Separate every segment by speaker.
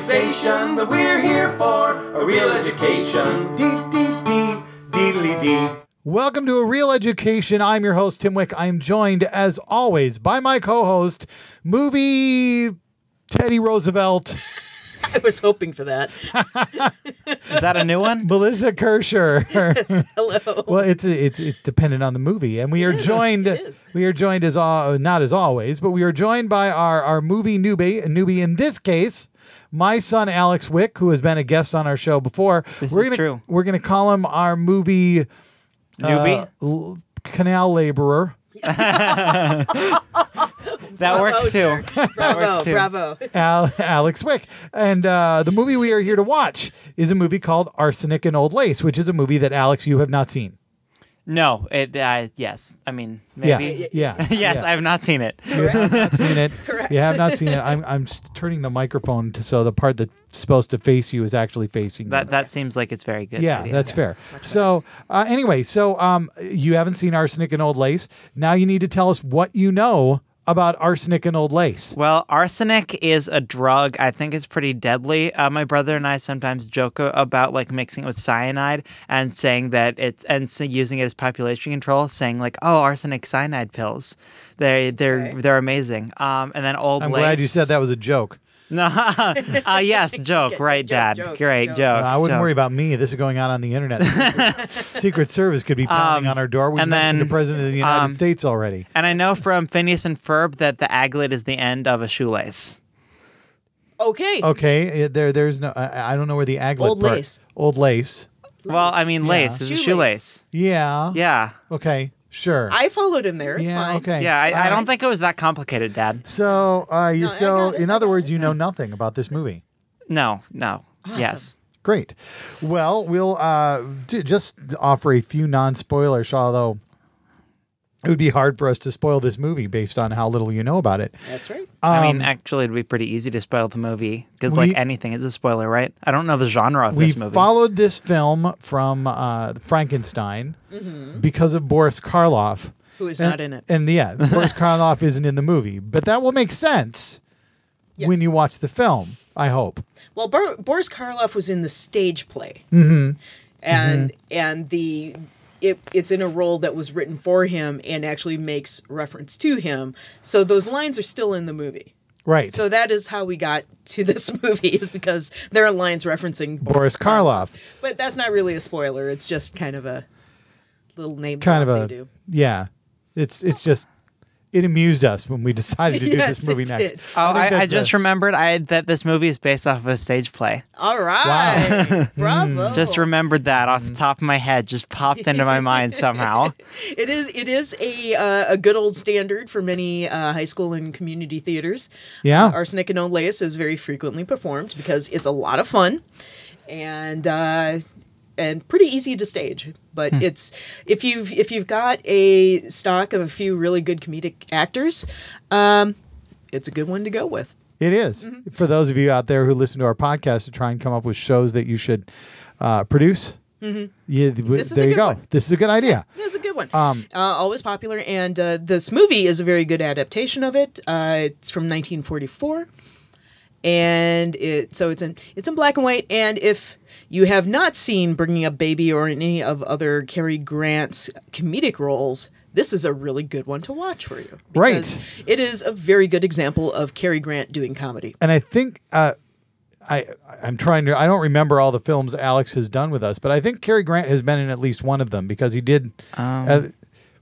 Speaker 1: station, but we're here for a real education. Dee dee dee, deedly dee.
Speaker 2: Welcome to A Real Education. I'm your host, Tim Wick. I'm joined, as always, by my co host, movie Teddy Roosevelt,
Speaker 3: I was hoping for that.
Speaker 4: Is that a new one?
Speaker 2: Melissa Kirscher.
Speaker 3: Hello.
Speaker 2: well, it's, it's it's dependent on the movie. And we are joined,
Speaker 3: is.
Speaker 2: we are joined as, al- not as always, but we are joined by our, our movie newbie, newbie in this case. My son Alex Wick, who has been a guest on our show before,
Speaker 4: This
Speaker 2: we're
Speaker 4: is
Speaker 2: gonna
Speaker 4: true.
Speaker 2: we're gonna call him our movie
Speaker 4: Newbie?
Speaker 2: l- canal laborer.
Speaker 4: that works
Speaker 3: sir.
Speaker 4: too. That
Speaker 3: Bravo,
Speaker 4: works too.
Speaker 3: bravo.
Speaker 2: Al- Alex Wick. And uh, the movie we are here to watch is a movie called Arsenic and Old Lace, which is a movie that Alex you have not seen.
Speaker 4: No, it. Uh, yes, I mean maybe.
Speaker 2: Yeah, yeah.
Speaker 4: yes,
Speaker 2: yeah.
Speaker 4: I've not seen it.
Speaker 2: You have not seen it.
Speaker 3: Correct.
Speaker 2: You have not seen it. I'm I'm s- turning the microphone to, so the part that's supposed to face you is actually facing you.
Speaker 4: That that seems like it's very good.
Speaker 2: yeah, that's fair. So uh, anyway, so um, you haven't seen Arsenic and Old Lace. Now you need to tell us what you know about Arsenic and Old Lace.
Speaker 4: Well, arsenic is a drug. I think it's pretty deadly. Uh, my brother and I sometimes joke a- about like mixing it with cyanide and saying that it's and s using it as population control, saying like, "Oh, arsenic cyanide pills. They they're they're amazing." Um, and then old.
Speaker 2: I'm glad you
Speaker 4: lace-
Speaker 2: said that was a joke.
Speaker 4: No, uh, yes, joke, right, Dad?
Speaker 3: joke,
Speaker 4: Great
Speaker 3: joke.
Speaker 4: joke.
Speaker 2: Uh, I wouldn't
Speaker 4: joke.
Speaker 2: worry about me. This is going out on the internet. Secret Service could be pounding on our door. We
Speaker 4: Um, and
Speaker 2: mentioned
Speaker 4: then,
Speaker 2: the president of the United
Speaker 4: um,
Speaker 2: States already.
Speaker 4: And I know from Phineas and Ferb that the aglet is the end of a shoelace.
Speaker 3: Okay.
Speaker 2: Okay, uh, there, there's no. I, I don't know where the aglet
Speaker 3: Old
Speaker 2: part-
Speaker 3: lace.
Speaker 2: Old lace.
Speaker 4: Well, I mean, lace is a
Speaker 3: Shoelace.
Speaker 4: shoelace.
Speaker 2: Yeah.
Speaker 4: Yeah.
Speaker 2: Okay. Sure.
Speaker 3: I followed him there. It's
Speaker 2: yeah.
Speaker 3: fine.
Speaker 2: Okay.
Speaker 4: Yeah, I, I don't think it was that complicated, Dad.
Speaker 2: So, uh, you,
Speaker 3: No, I
Speaker 2: so
Speaker 3: got it,
Speaker 2: in
Speaker 3: I
Speaker 2: other
Speaker 3: got
Speaker 2: words, you know nothing about this movie.
Speaker 4: No, no. Yes.
Speaker 2: Great. Well, we'll uh, d- just offer a few non-spoilers, although it would be hard for us to spoil this movie based on how little you know about it.
Speaker 3: That's right.
Speaker 4: I mean, actually, it'd be pretty easy to spoil the movie because,
Speaker 2: Um, we-
Speaker 4: like, anything is a spoiler, right? I don't know the genre of
Speaker 2: we
Speaker 4: this movie.
Speaker 2: followed this film from uh, Frankenstein because of Boris Karloff,
Speaker 3: Who is
Speaker 2: and,
Speaker 3: Mm-hmm. not in it?
Speaker 2: And yeah, Boris Karloff isn't in the movie, but that will make sense when
Speaker 3: Yes.
Speaker 2: you watch the film. I hope.
Speaker 3: Well, Bor- Boris Karloff was in the stage play, and and the it, it's in a role that was written for him and actually makes reference to him. So those lines are still in the movie.
Speaker 2: Right.
Speaker 3: So that is how we got to this movie is because there are lines referencing
Speaker 2: Boris
Speaker 3: Boris,
Speaker 2: Karloff,
Speaker 3: but that's not really a spoiler. It's just kind of a little name.
Speaker 2: kind
Speaker 3: drop
Speaker 2: of
Speaker 3: they
Speaker 2: a
Speaker 3: do.
Speaker 2: yeah. It's it's just it amused us when we decided to do
Speaker 3: Yes,
Speaker 2: this movie
Speaker 3: it
Speaker 2: next.
Speaker 3: did.
Speaker 4: oh,
Speaker 2: think
Speaker 4: I, I,
Speaker 2: that's the-
Speaker 4: just remembered I that this movie is based off of a stage play.
Speaker 3: All right, bravo.
Speaker 4: Just remembered that
Speaker 2: Mm-hmm.
Speaker 4: off the top of my head, just popped into my mind somehow.
Speaker 3: It is it is a uh, a good old standard for many uh, high school and community theaters.
Speaker 2: Yeah.
Speaker 3: Uh, arsenic and Olaus is very frequently performed because it's a lot of fun, and uh, and pretty easy to stage. But it's if you've if you've got a stock of a few really good comedic actors, um, it's a good one to go with.
Speaker 2: It is.
Speaker 3: Mm-hmm.
Speaker 2: For those of you out there who listen to our podcast to try and come up with shows that you should uh, produce, yeah, th-
Speaker 3: Mm-hmm. This is
Speaker 2: there
Speaker 3: a
Speaker 2: you
Speaker 3: good
Speaker 2: go.
Speaker 3: one.
Speaker 2: This is a good idea.
Speaker 3: It's a good one.
Speaker 2: Um,
Speaker 3: uh, always popular, and uh, this movie is a very good adaptation of it. Uh, it's from 1944, and it so it's in it's in black and white. And if you have not seen Bringing Up Baby or any of other Cary Grant's comedic roles, this is a really good one to watch for you. because
Speaker 2: Right.
Speaker 3: It is a very good example of Cary Grant doing comedy.
Speaker 2: And I think uh, I I'm trying to. I don't remember all the films Alex has done with us, but I think Cary Grant has been in at least one of them because he did.
Speaker 4: Um.
Speaker 2: uh,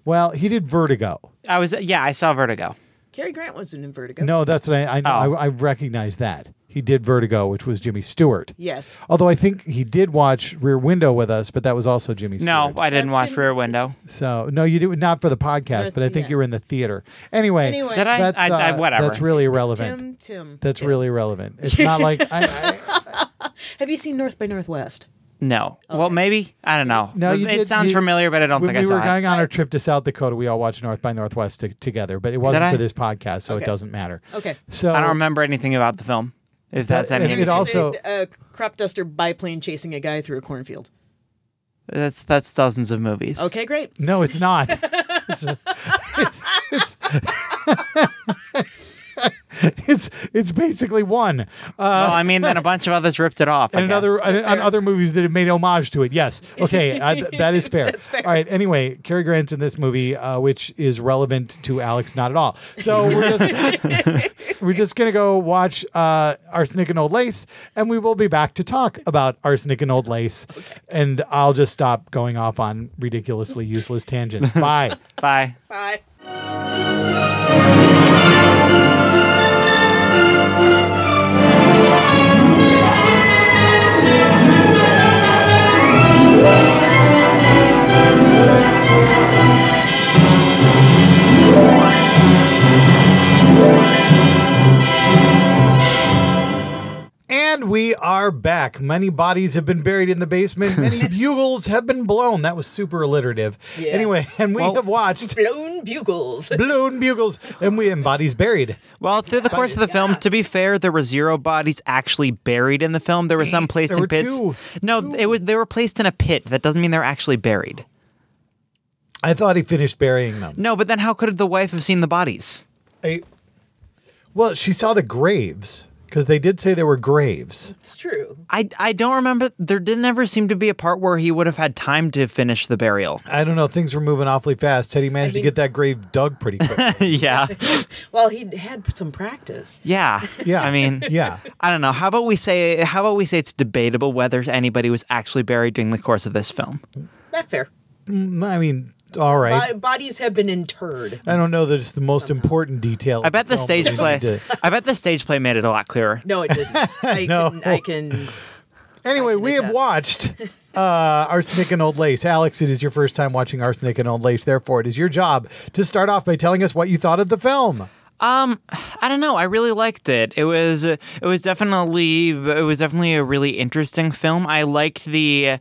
Speaker 2: well, he did Vertigo.
Speaker 4: I was, yeah, I saw Vertigo.
Speaker 3: Cary Grant was in Vertigo.
Speaker 2: No, that's what I I, know
Speaker 4: Oh.
Speaker 2: I I recognize that he did Vertigo, which was Jimmy Stewart.
Speaker 3: Yes.
Speaker 2: Although I think he did watch Rear Window with us, but that was also Jimmy
Speaker 4: No,
Speaker 2: Stewart.
Speaker 4: I didn't
Speaker 3: That's
Speaker 4: watch
Speaker 3: in-
Speaker 4: Rear Window.
Speaker 2: So no, you did not for the podcast,
Speaker 3: No,
Speaker 2: but I think
Speaker 3: yeah.
Speaker 2: you were in the theater. Anyway,
Speaker 3: Anyway.
Speaker 4: Did I?
Speaker 2: that's
Speaker 4: I, I
Speaker 2: uh,
Speaker 4: whatever.
Speaker 2: That's really irrelevant.
Speaker 3: Tim, Tim.
Speaker 2: that's really irrelevant. It's not like I, I,
Speaker 3: Have you seen North by Northwest?
Speaker 4: No. Well, maybe I don't know.
Speaker 2: No,
Speaker 4: it
Speaker 2: you did-
Speaker 4: sounds
Speaker 2: you-
Speaker 4: familiar, but I don't
Speaker 2: when
Speaker 4: think I
Speaker 2: we
Speaker 4: saw
Speaker 2: were
Speaker 4: it.
Speaker 2: going on our trip to South Dakota, we all watched North by Northwest to, together, but it wasn't
Speaker 4: I?
Speaker 2: for this podcast, so it
Speaker 3: Okay.
Speaker 2: doesn't matter.
Speaker 3: Okay.
Speaker 2: So
Speaker 4: I don't remember anything about the film. If that's
Speaker 2: That-
Speaker 4: any,
Speaker 2: and it all-
Speaker 3: There's a-
Speaker 2: also-
Speaker 3: a, crop duster biplane chasing a guy through a cornfield.
Speaker 4: that's that's dozens of movies.
Speaker 3: Okay, great.
Speaker 2: No, it's not. it's, it's, it's- it's it's basically one. Uh,
Speaker 4: well, I mean, then a bunch of others ripped it off. I
Speaker 2: and another
Speaker 4: guess.
Speaker 2: and, and other movies that have made homage to it. Yes, okay, I, th- that is fair.
Speaker 3: That's fair.
Speaker 2: All right. Anyway, Cary Grant's in this movie, uh, which is relevant to Alex not at all. So we're just we're just gonna go watch uh, Arsenic and Old Lace, and we will be back to talk about Arsenic and Old Lace. And I'll just stop going off on ridiculously useless tangents. Bye.
Speaker 4: Bye.
Speaker 3: Bye.
Speaker 2: And we are back. Many bodies have been buried in the basement. Many bugles have been blown. That was super alliterative.
Speaker 3: Yes.
Speaker 2: Anyway, and we have watched
Speaker 3: Blown bugles.
Speaker 2: blown bugles and we and bodies buried.
Speaker 4: Well, through the course of the film, to be fair, there were zero bodies actually buried in the film. There were some placed
Speaker 2: There
Speaker 4: in
Speaker 2: were
Speaker 4: pits.
Speaker 2: two.
Speaker 4: No, it was they were placed in a pit. That doesn't mean they're actually buried.
Speaker 2: I thought he finished burying them.
Speaker 4: No, but then how could the wife have seen the bodies?
Speaker 2: I- well, she saw the graves because they did say there were graves.
Speaker 3: It's true.
Speaker 4: I, I don't remember. There didn't ever seem to be a part where he would have had time to finish the burial.
Speaker 2: I don't know. Things were moving awfully fast. Teddy managed
Speaker 3: mean-
Speaker 2: to get that grave dug pretty quick.
Speaker 4: yeah.
Speaker 3: Well, he had some practice.
Speaker 4: Yeah.
Speaker 2: Yeah.
Speaker 4: I mean,
Speaker 2: yeah.
Speaker 4: I don't know. How about we say how about we say it's debatable whether anybody was actually buried during the course of this film?
Speaker 3: Not fair.
Speaker 2: Mm, I mean, all right.
Speaker 3: Bo- bodies have been interred.
Speaker 2: I don't know that it's the most important detail.
Speaker 4: I bet the stage play
Speaker 2: place.
Speaker 4: I bet the stage play made it a lot clearer.
Speaker 3: No, it didn't. I,
Speaker 2: No.
Speaker 3: can, I can.
Speaker 2: Anyway,
Speaker 3: can
Speaker 2: we have
Speaker 3: attest.
Speaker 2: watched uh, Arsenic and Old Lace. Alex, it is your first time watching Arsenic and Old Lace. Therefore, it is your job to start off by telling us what you thought of the film.
Speaker 4: I don't know. I really liked it. It was it was definitely it was definitely a really interesting film. I liked the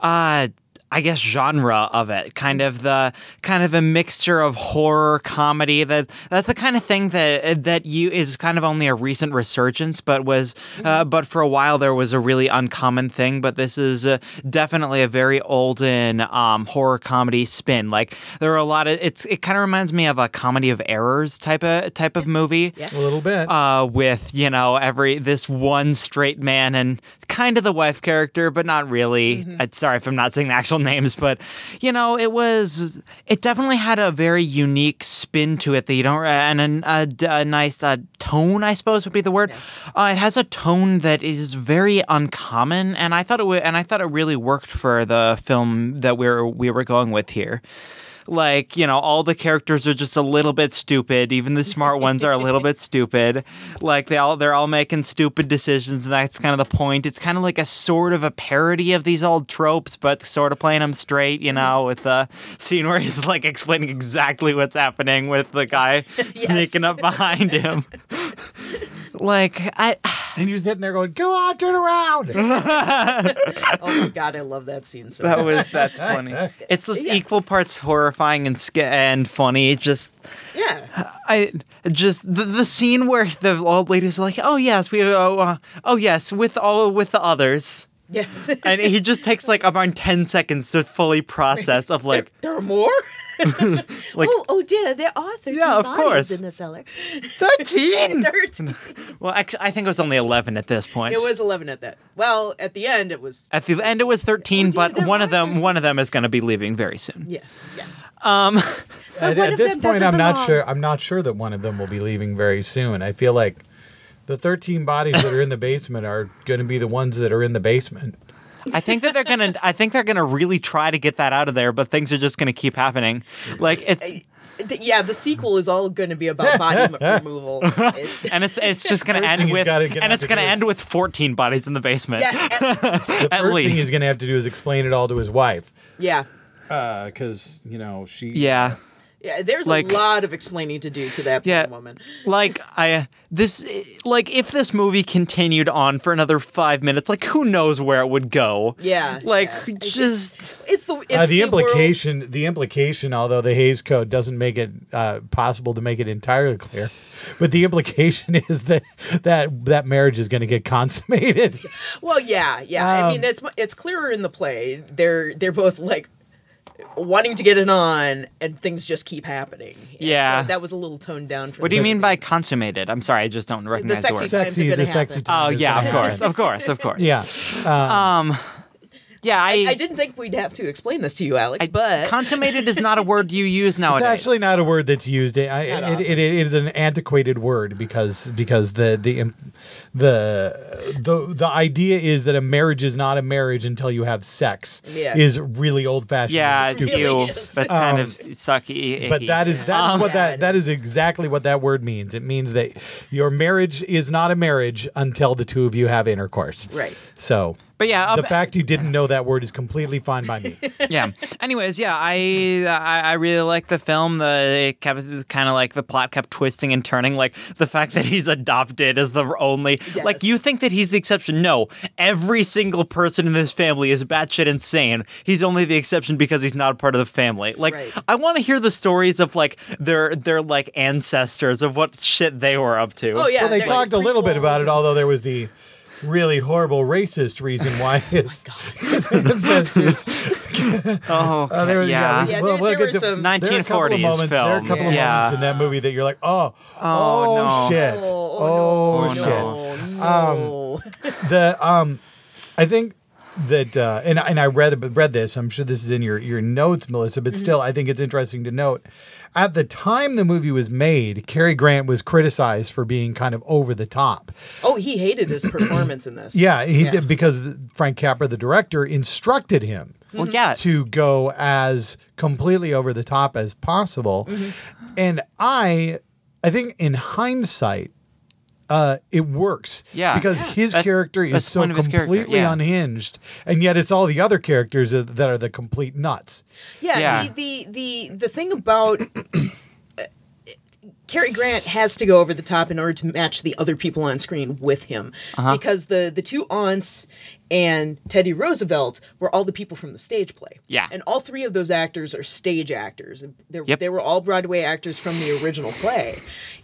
Speaker 4: uh I guess genre of it, kind of the kind of a mixture of horror comedy. That that's the kind of thing that that you is kind of only a recent resurgence, but was uh,
Speaker 3: Mm-hmm.
Speaker 4: but for a while there was a really uncommon thing. But this is uh, definitely a very olden um, horror comedy spin. Like there are a lot of it's. It kind of reminds me of a comedy of errors type of type of movie
Speaker 3: Yeah.
Speaker 2: A little bit.
Speaker 4: uh, with you know every this one straight man and kind of the wife character, but not really. Uh, sorry if I'm not saying the actual names, but you know it was it definitely had a very unique spin to it that you don't uh, and a, a, a nice uh, tone I suppose would be the word. Uh, it has a tone that is very uncommon, and I thought it w- and I thought it really worked for the film that we were we were going with here like you know all the characters are just a little bit stupid even the smart ones are a little bit stupid like they all they're all making stupid decisions and that's kind of the point it's kind of like a sort of a parody of these old tropes but sort of playing them straight you know with the scene where he's like explaining exactly what's happening with the guy sneaking up behind him like i
Speaker 2: and you're sitting there going, "Go on, turn around."
Speaker 3: Oh my god, I love that scene so
Speaker 4: that
Speaker 3: much.
Speaker 4: was that's funny it's just
Speaker 3: Yeah.
Speaker 4: equal parts horrifying and sca- and funny It just
Speaker 3: Yeah.
Speaker 4: I just the, the scene where the old lady's like, "Oh yes, we oh, uh, oh yes, with all with the others."
Speaker 3: Yes.
Speaker 4: And he just takes like around 10 seconds to fully process of like,
Speaker 3: there are more.
Speaker 4: Like-
Speaker 5: oh, oh dear, there are 13
Speaker 4: Yeah, of
Speaker 5: bodies
Speaker 4: course.
Speaker 5: in the cellar.
Speaker 4: 13.
Speaker 3: 13.
Speaker 4: well, actually I think it was only 11 at this point.
Speaker 3: It was 11 at that. Well, at the end, it was.
Speaker 4: at the end it was 13,
Speaker 5: dear,
Speaker 4: but
Speaker 5: there
Speaker 4: one
Speaker 5: are
Speaker 4: of them one of them is going to be leaving very soon.
Speaker 3: Yes, yes.
Speaker 2: Um, at
Speaker 5: one
Speaker 2: at
Speaker 5: of them
Speaker 2: this point,
Speaker 5: doesn't
Speaker 2: I'm not
Speaker 5: belong.
Speaker 2: sure. I'm not sure that one of them will be leaving very soon. I feel like the 13 bodies that are in the basement are going to be the ones that are in the basement.
Speaker 4: I think that they're going to I think they're going to really try to get that out of there, but things are just going to keep happening. Like it's
Speaker 3: Th- yeah, the sequel is all going to be about body m- removal. It-
Speaker 4: and it's it's just going to
Speaker 2: thing
Speaker 4: end
Speaker 2: he's
Speaker 4: with
Speaker 2: gotta get
Speaker 4: and
Speaker 2: out
Speaker 4: it's
Speaker 2: to
Speaker 4: going to
Speaker 2: do is-
Speaker 4: end with 14 bodies in the basement.
Speaker 3: yes. and-
Speaker 4: at
Speaker 2: First
Speaker 4: least.
Speaker 2: thing he's going to have to do is explain it all to his wife,
Speaker 3: yeah.
Speaker 2: because Uh, you know she.
Speaker 4: Yeah.
Speaker 3: Yeah, there's
Speaker 4: Like-
Speaker 3: a lot of explaining to do to that poor
Speaker 4: Yeah.
Speaker 3: woman.
Speaker 4: Like I uh, this eh, like if this movie continued on for another 5 minutes, like who knows where it would go.
Speaker 3: Yeah,
Speaker 4: Like
Speaker 3: yeah.
Speaker 4: just
Speaker 3: It's the it's
Speaker 2: Uh, the,
Speaker 3: world-
Speaker 2: implication, the implication, although the Hayes Code doesn't make it uh, possible to make it entirely clear, but the implication is that that that marriage is going to get consummated. Um,
Speaker 3: Well, yeah, yeah. I mean, it's it's clearer in the play. They're they're both like wanting to get it on, and things just keep happening. And
Speaker 4: Yeah.
Speaker 3: so that was a little toned down for.
Speaker 4: What do you mean by consummated? I'm sorry, I just don't recognize the
Speaker 3: sexy
Speaker 4: word.
Speaker 3: times are
Speaker 2: Sexy,
Speaker 3: gonna
Speaker 2: the sexy
Speaker 3: happen.
Speaker 4: Oh
Speaker 2: time is
Speaker 4: yeah,
Speaker 2: gonna
Speaker 4: of
Speaker 2: happen.
Speaker 4: course, of course, of course.
Speaker 2: Yeah.
Speaker 4: Um, yeah, I,
Speaker 3: I didn't think we'd have to explain this to you, Alex, but
Speaker 4: consummated is not a word you use nowadays.
Speaker 2: It's actually not a word that's used. I, it, it, it is an antiquated word because because the the im- the the the idea is that a marriage is not a marriage until you have sex.
Speaker 3: Yeah.
Speaker 2: is really old fashioned.
Speaker 4: Yeah,
Speaker 2: stupid.
Speaker 3: really
Speaker 4: ew,
Speaker 3: is.
Speaker 4: that's kind of sucky. icky.
Speaker 2: Um, But that is that is what that
Speaker 3: bad.
Speaker 2: that is exactly what that word means. It means that your marriage is not a marriage until the two of you have intercourse.
Speaker 3: Right.
Speaker 2: So.
Speaker 4: But yeah,
Speaker 2: the
Speaker 4: um,
Speaker 2: fact you didn't know that word is completely fine by me.
Speaker 4: yeah. Anyways, yeah, I I, I really like the film. The it kept kind of like the plot kept twisting and turning. Like the fact that he's adopted is the only like
Speaker 3: Yes.
Speaker 4: you think that he's the exception. No, every single person in this family is batshit insane. He's only the exception because he's not a part of the family. Like
Speaker 3: Right.
Speaker 4: I want to hear the stories of like their their like ancestors of what shit they were up to.
Speaker 3: oh yeah,
Speaker 2: well, they
Speaker 3: they're
Speaker 2: talked a little bit about it,
Speaker 3: prequels
Speaker 2: although there was the really horrible racist reason why
Speaker 3: Oh
Speaker 2: his, his ancestors.
Speaker 4: Oh,
Speaker 2: Uh, there was,
Speaker 4: yeah.
Speaker 2: we-
Speaker 3: Yeah,
Speaker 2: we'll-
Speaker 3: there-
Speaker 2: we'll
Speaker 3: there
Speaker 2: get
Speaker 3: were
Speaker 2: to-
Speaker 3: some-
Speaker 2: there are a couple of
Speaker 4: 1940s
Speaker 2: moments- There are a
Speaker 4: film.
Speaker 2: couple of
Speaker 4: Yeah.
Speaker 2: moments in that movie that you're like, oh, oh,
Speaker 4: no.
Speaker 2: shit,
Speaker 3: Oh,
Speaker 2: oh,
Speaker 4: no.
Speaker 2: shit.
Speaker 3: No, Oh, no.
Speaker 2: The um, I think that uh, and and I read ab- read this. I'm sure this is in your your notes, Melissa.
Speaker 3: Mm-hmm.
Speaker 2: But still, I think it's interesting to note. At the time the movie was made, Cary Grant was criticized for being kind of over the top.
Speaker 3: oh, he hated his performance in this.
Speaker 2: Yeah, he
Speaker 3: Yeah.
Speaker 2: did because Frank Capra, the director, instructed him
Speaker 4: Well, yeah.
Speaker 3: Mm-hmm.
Speaker 2: to go as completely over the top as possible.
Speaker 4: Mm-hmm.
Speaker 2: And I I think in hindsight, uh, it works.
Speaker 4: Yeah.
Speaker 2: Because
Speaker 4: Yeah.
Speaker 2: his
Speaker 4: That-
Speaker 2: character is
Speaker 4: that's the
Speaker 2: so
Speaker 4: point of his character,
Speaker 2: completely
Speaker 4: yeah.
Speaker 2: unhinged, and yet it's all the other characters that that are the complete nuts.
Speaker 3: Yeah,
Speaker 4: Yeah.
Speaker 3: The, the the the thing about uh, Cary Grant has to go over the top in order to match the other people on screen with him
Speaker 4: Uh-huh.
Speaker 3: because the the two aunts and Teddy Roosevelt were all the people from the stage play.
Speaker 4: Yeah.
Speaker 3: and all three of those actors are stage actors. They're,
Speaker 4: Yep.
Speaker 3: They were all Broadway actors from the original play,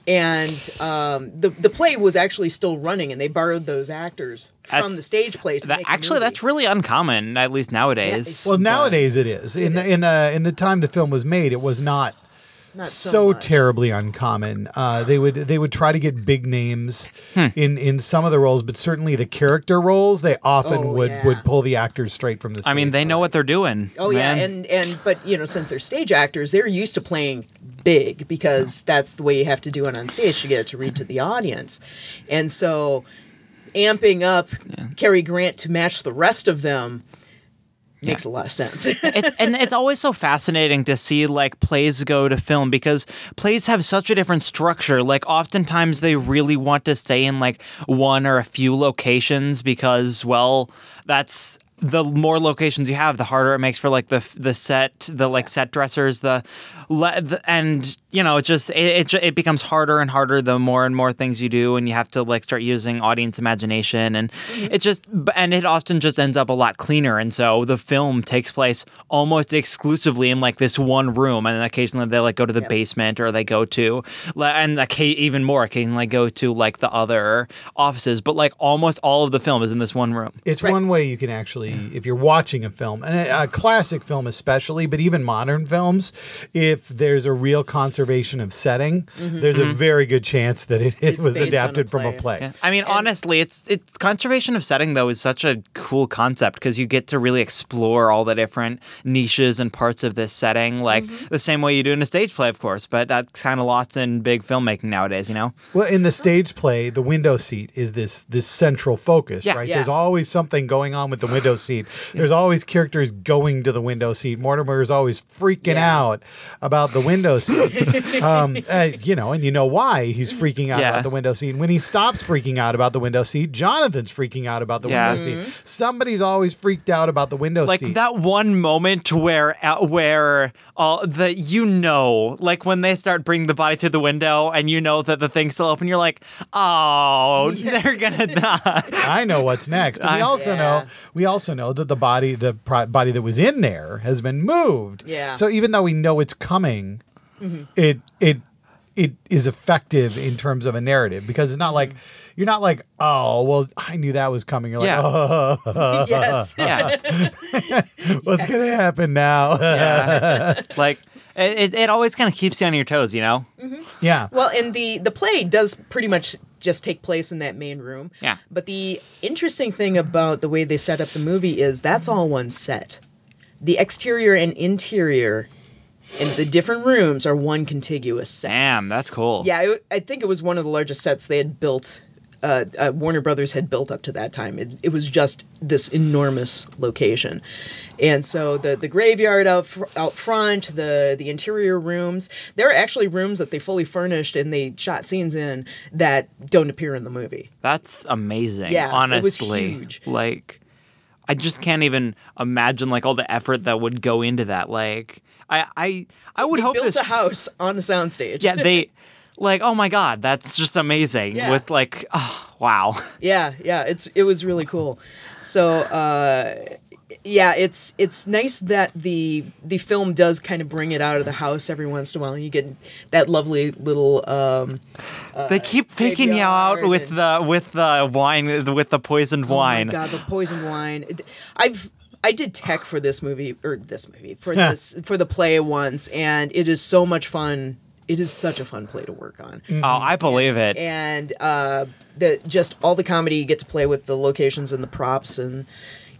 Speaker 3: and um, the the play was actually still running, and they borrowed those actors from
Speaker 4: That's-
Speaker 3: the stage play. To
Speaker 4: That-
Speaker 3: make the
Speaker 4: actually,
Speaker 3: movie.
Speaker 4: that's really uncommon, at least nowadays.
Speaker 2: Well, nowadays it is. In the in the in the time the film was made, it was not
Speaker 3: Not
Speaker 2: so,
Speaker 3: much.
Speaker 2: terribly uncommon. Uh, they would they would try to get big names
Speaker 4: Hmm.
Speaker 2: in in some of the roles, but certainly the character roles they often
Speaker 3: Oh,
Speaker 2: would
Speaker 3: yeah.
Speaker 2: would pull the actors straight from the. Stage.
Speaker 4: I mean, they know what they're doing.
Speaker 3: Oh
Speaker 4: man.
Speaker 3: yeah, and and but you know, since they're stage actors, they're used to playing big because that's the way you have to do it on stage to get it to read to the audience, and so amping up Cary Grant to match the rest of them makes a lot of sense.
Speaker 4: it's, and it's always so fascinating to see like plays go to film because plays have such a different structure. Like oftentimes they really want to stay in like one or a few locations because well, that's the more locations you have, the harder it makes for like the the set, the like set dressers, the, le- the and you know it just it, it ju- it becomes harder and harder the more and more things you do, and you have to like start using audience imagination, and it just b- and it often just ends up a lot cleaner, and so the film takes place almost exclusively in like this one room, and occasionally they like go to the basement or they go to li- and like even more occasionally go to like the other offices, but like almost all of the film is in this one room.
Speaker 2: It's one way you can actually, if you're watching a film, and a, a classic film especially, but even modern films, if there's a real conservation of setting, there's
Speaker 4: Mm-hmm.
Speaker 2: a very good chance that it, it
Speaker 3: Mm-hmm. It's
Speaker 2: was
Speaker 3: based on a
Speaker 2: adapted from a
Speaker 3: play.
Speaker 2: play.
Speaker 4: I mean, honestly, it's it's conservation of setting though is such a cool concept because you get to really explore all the different niches and parts of this setting, like the same way you do in a stage play, of course. But that's kind of lost in big filmmaking nowadays, you know.
Speaker 2: Well, in the stage play, the window seat is this this central focus,
Speaker 4: Yeah.
Speaker 2: right?
Speaker 3: Yeah.
Speaker 2: There's always something going on with the window seat. There's always characters going to the window seat. Mortimer is always freaking
Speaker 3: Yeah.
Speaker 2: out about the window seat, um, uh, you know, and you know why he's freaking out
Speaker 4: Yeah.
Speaker 2: about the window seat. When he stops freaking out about the window seat, Jonathan's freaking out about the window
Speaker 4: Yeah.
Speaker 3: Mm-hmm.
Speaker 2: seat. Somebody's always freaked out about the window
Speaker 4: Like
Speaker 2: seat.
Speaker 4: that one moment where uh, where all the you know, like when they start bringing the body to the window and you know that the thing's still open, you're like, oh, they're gonna die.
Speaker 2: I know what's next. And we also know
Speaker 3: Yeah.
Speaker 2: we also know that the body the pri- body that was in there has been moved.
Speaker 3: Yeah. Mm-hmm.
Speaker 2: So even though we know it's coming, it it it is effective in terms of a narrative because it's
Speaker 3: Mm-hmm.
Speaker 2: not like you're not like oh well I knew that was coming. You're like
Speaker 4: Yeah.
Speaker 2: oh
Speaker 3: yes.
Speaker 4: Yeah.
Speaker 2: what's gonna happen now?
Speaker 4: yeah. like it, it- it always kind of keeps you on your toes, you know?
Speaker 2: yeah.
Speaker 3: Well, and the the play does pretty much just take place in that main room.
Speaker 4: Yeah.
Speaker 3: But the interesting thing about the way they set up the movie is that's all one set. The exterior and interior and the different rooms are one contiguous set.
Speaker 4: Damn, that's cool.
Speaker 3: Yeah, it, I think it was one of the largest sets they had built. Uh, uh, Warner Brothers had built up to that time. It, it was just this enormous location, and so the the graveyard out fr- out front, the the interior rooms. There are actually rooms that they fully furnished and they shot scenes in that don't appear in the movie.
Speaker 4: That's amazing.
Speaker 3: Yeah, it was
Speaker 4: honestly,
Speaker 3: huge.
Speaker 4: like I just can't even imagine like all the effort that would go into that. Like I, I, I would
Speaker 3: They
Speaker 4: hope
Speaker 3: built
Speaker 4: this.
Speaker 3: a house on a soundstage.
Speaker 4: Yeah, they. Like oh my god, that's just amazing.
Speaker 3: Yeah.
Speaker 4: With like, oh, wow,
Speaker 3: yeah, yeah. It's it was really cool. So. Uh, yeah, it's it's nice that the the film does kind of bring it out of the house every once in a while, and you get that lovely little um,
Speaker 4: they keep picking you out
Speaker 3: graveyard
Speaker 4: with
Speaker 3: and-
Speaker 4: the with the wine with the poisoned wine.
Speaker 3: Oh my god, the poison wine. It- I've I did tech for this movie or this movie for this for the play once, and it is so much fun. It is such a fun play to work on,
Speaker 4: Oh, I believe it.
Speaker 3: and uh, the just all the comedy you get to play with the locations and the props, and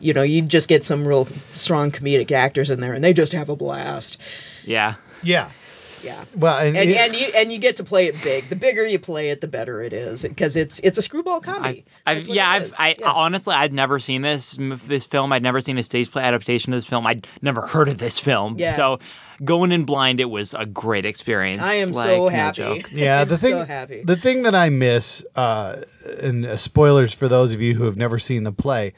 Speaker 3: you know you just get some real strong comedic actors in there, and they just have a blast.
Speaker 4: yeah,
Speaker 2: Yeah.
Speaker 3: Yeah.
Speaker 2: Well, and,
Speaker 3: And,
Speaker 2: it-
Speaker 3: and you and you get to play it big. The bigger you play it, the better it is because it's it's a screwball
Speaker 4: I,
Speaker 3: comedy.
Speaker 4: I've,
Speaker 3: That's what
Speaker 4: yeah,
Speaker 3: it
Speaker 4: I've,
Speaker 3: is.
Speaker 4: I
Speaker 3: Yeah.
Speaker 4: honestly, I'd never seen this m- this film. I'd never seen a stage play adaptation of this film. I'd never heard of this film.
Speaker 3: Yeah.
Speaker 4: So, going in blind, it was a great experience.
Speaker 3: I am
Speaker 4: Like,
Speaker 3: so
Speaker 4: no
Speaker 3: happy.
Speaker 4: joke.
Speaker 2: yeah,
Speaker 3: I'm
Speaker 2: the thing,
Speaker 3: so happy.
Speaker 2: the thing that I miss, uh, and uh, spoilers for those of you who have never seen the play,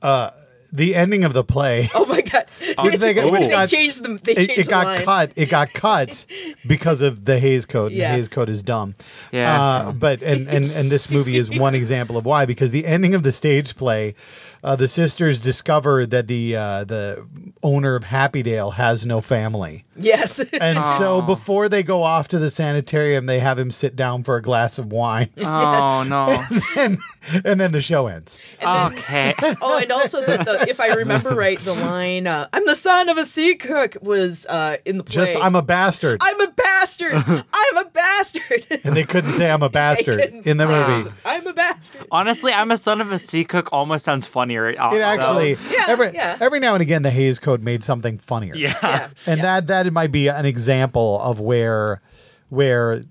Speaker 2: uh, the ending of the play.
Speaker 3: Oh my god!
Speaker 2: When they got- when it
Speaker 3: they
Speaker 2: got-
Speaker 3: changed the they
Speaker 2: it,
Speaker 3: changed
Speaker 2: it
Speaker 3: the
Speaker 2: got
Speaker 3: line.
Speaker 2: cut. It got cut because of the Hayes Code. And
Speaker 3: Yeah.
Speaker 2: the Hayes Code is dumb.
Speaker 4: Yeah.
Speaker 2: Uh, but and, and and this movie is one example of why. Because the ending of the stage play, uh, the sisters discover that the uh, the owner of Happydale has no family.
Speaker 4: Oh,
Speaker 3: Yes.
Speaker 2: And so before they go off to the sanitarium, they have him sit down for a glass of wine,
Speaker 3: Uh.
Speaker 4: Oh no.
Speaker 2: and, and then the show ends.
Speaker 4: okay.
Speaker 3: oh, and also the, the if I remember right, the line uh, "I'm the son of a sea cook" was uh, in the play.
Speaker 2: Just I'm a bastard,
Speaker 3: I'm a bastard. I'm a bastard.
Speaker 2: and they couldn't say I'm a bastard
Speaker 3: couldn't
Speaker 2: in the
Speaker 3: say
Speaker 2: movie.
Speaker 3: I'm a bastard.
Speaker 4: Honestly, I'm a son of a sea cook. Almost sounds funnier. uh, It
Speaker 2: It actually
Speaker 3: Yeah,
Speaker 2: every
Speaker 3: yeah.
Speaker 2: every now and again the Hayes Code made something funnier.
Speaker 4: Yeah.
Speaker 3: Yeah.
Speaker 2: and that that might be an example of where where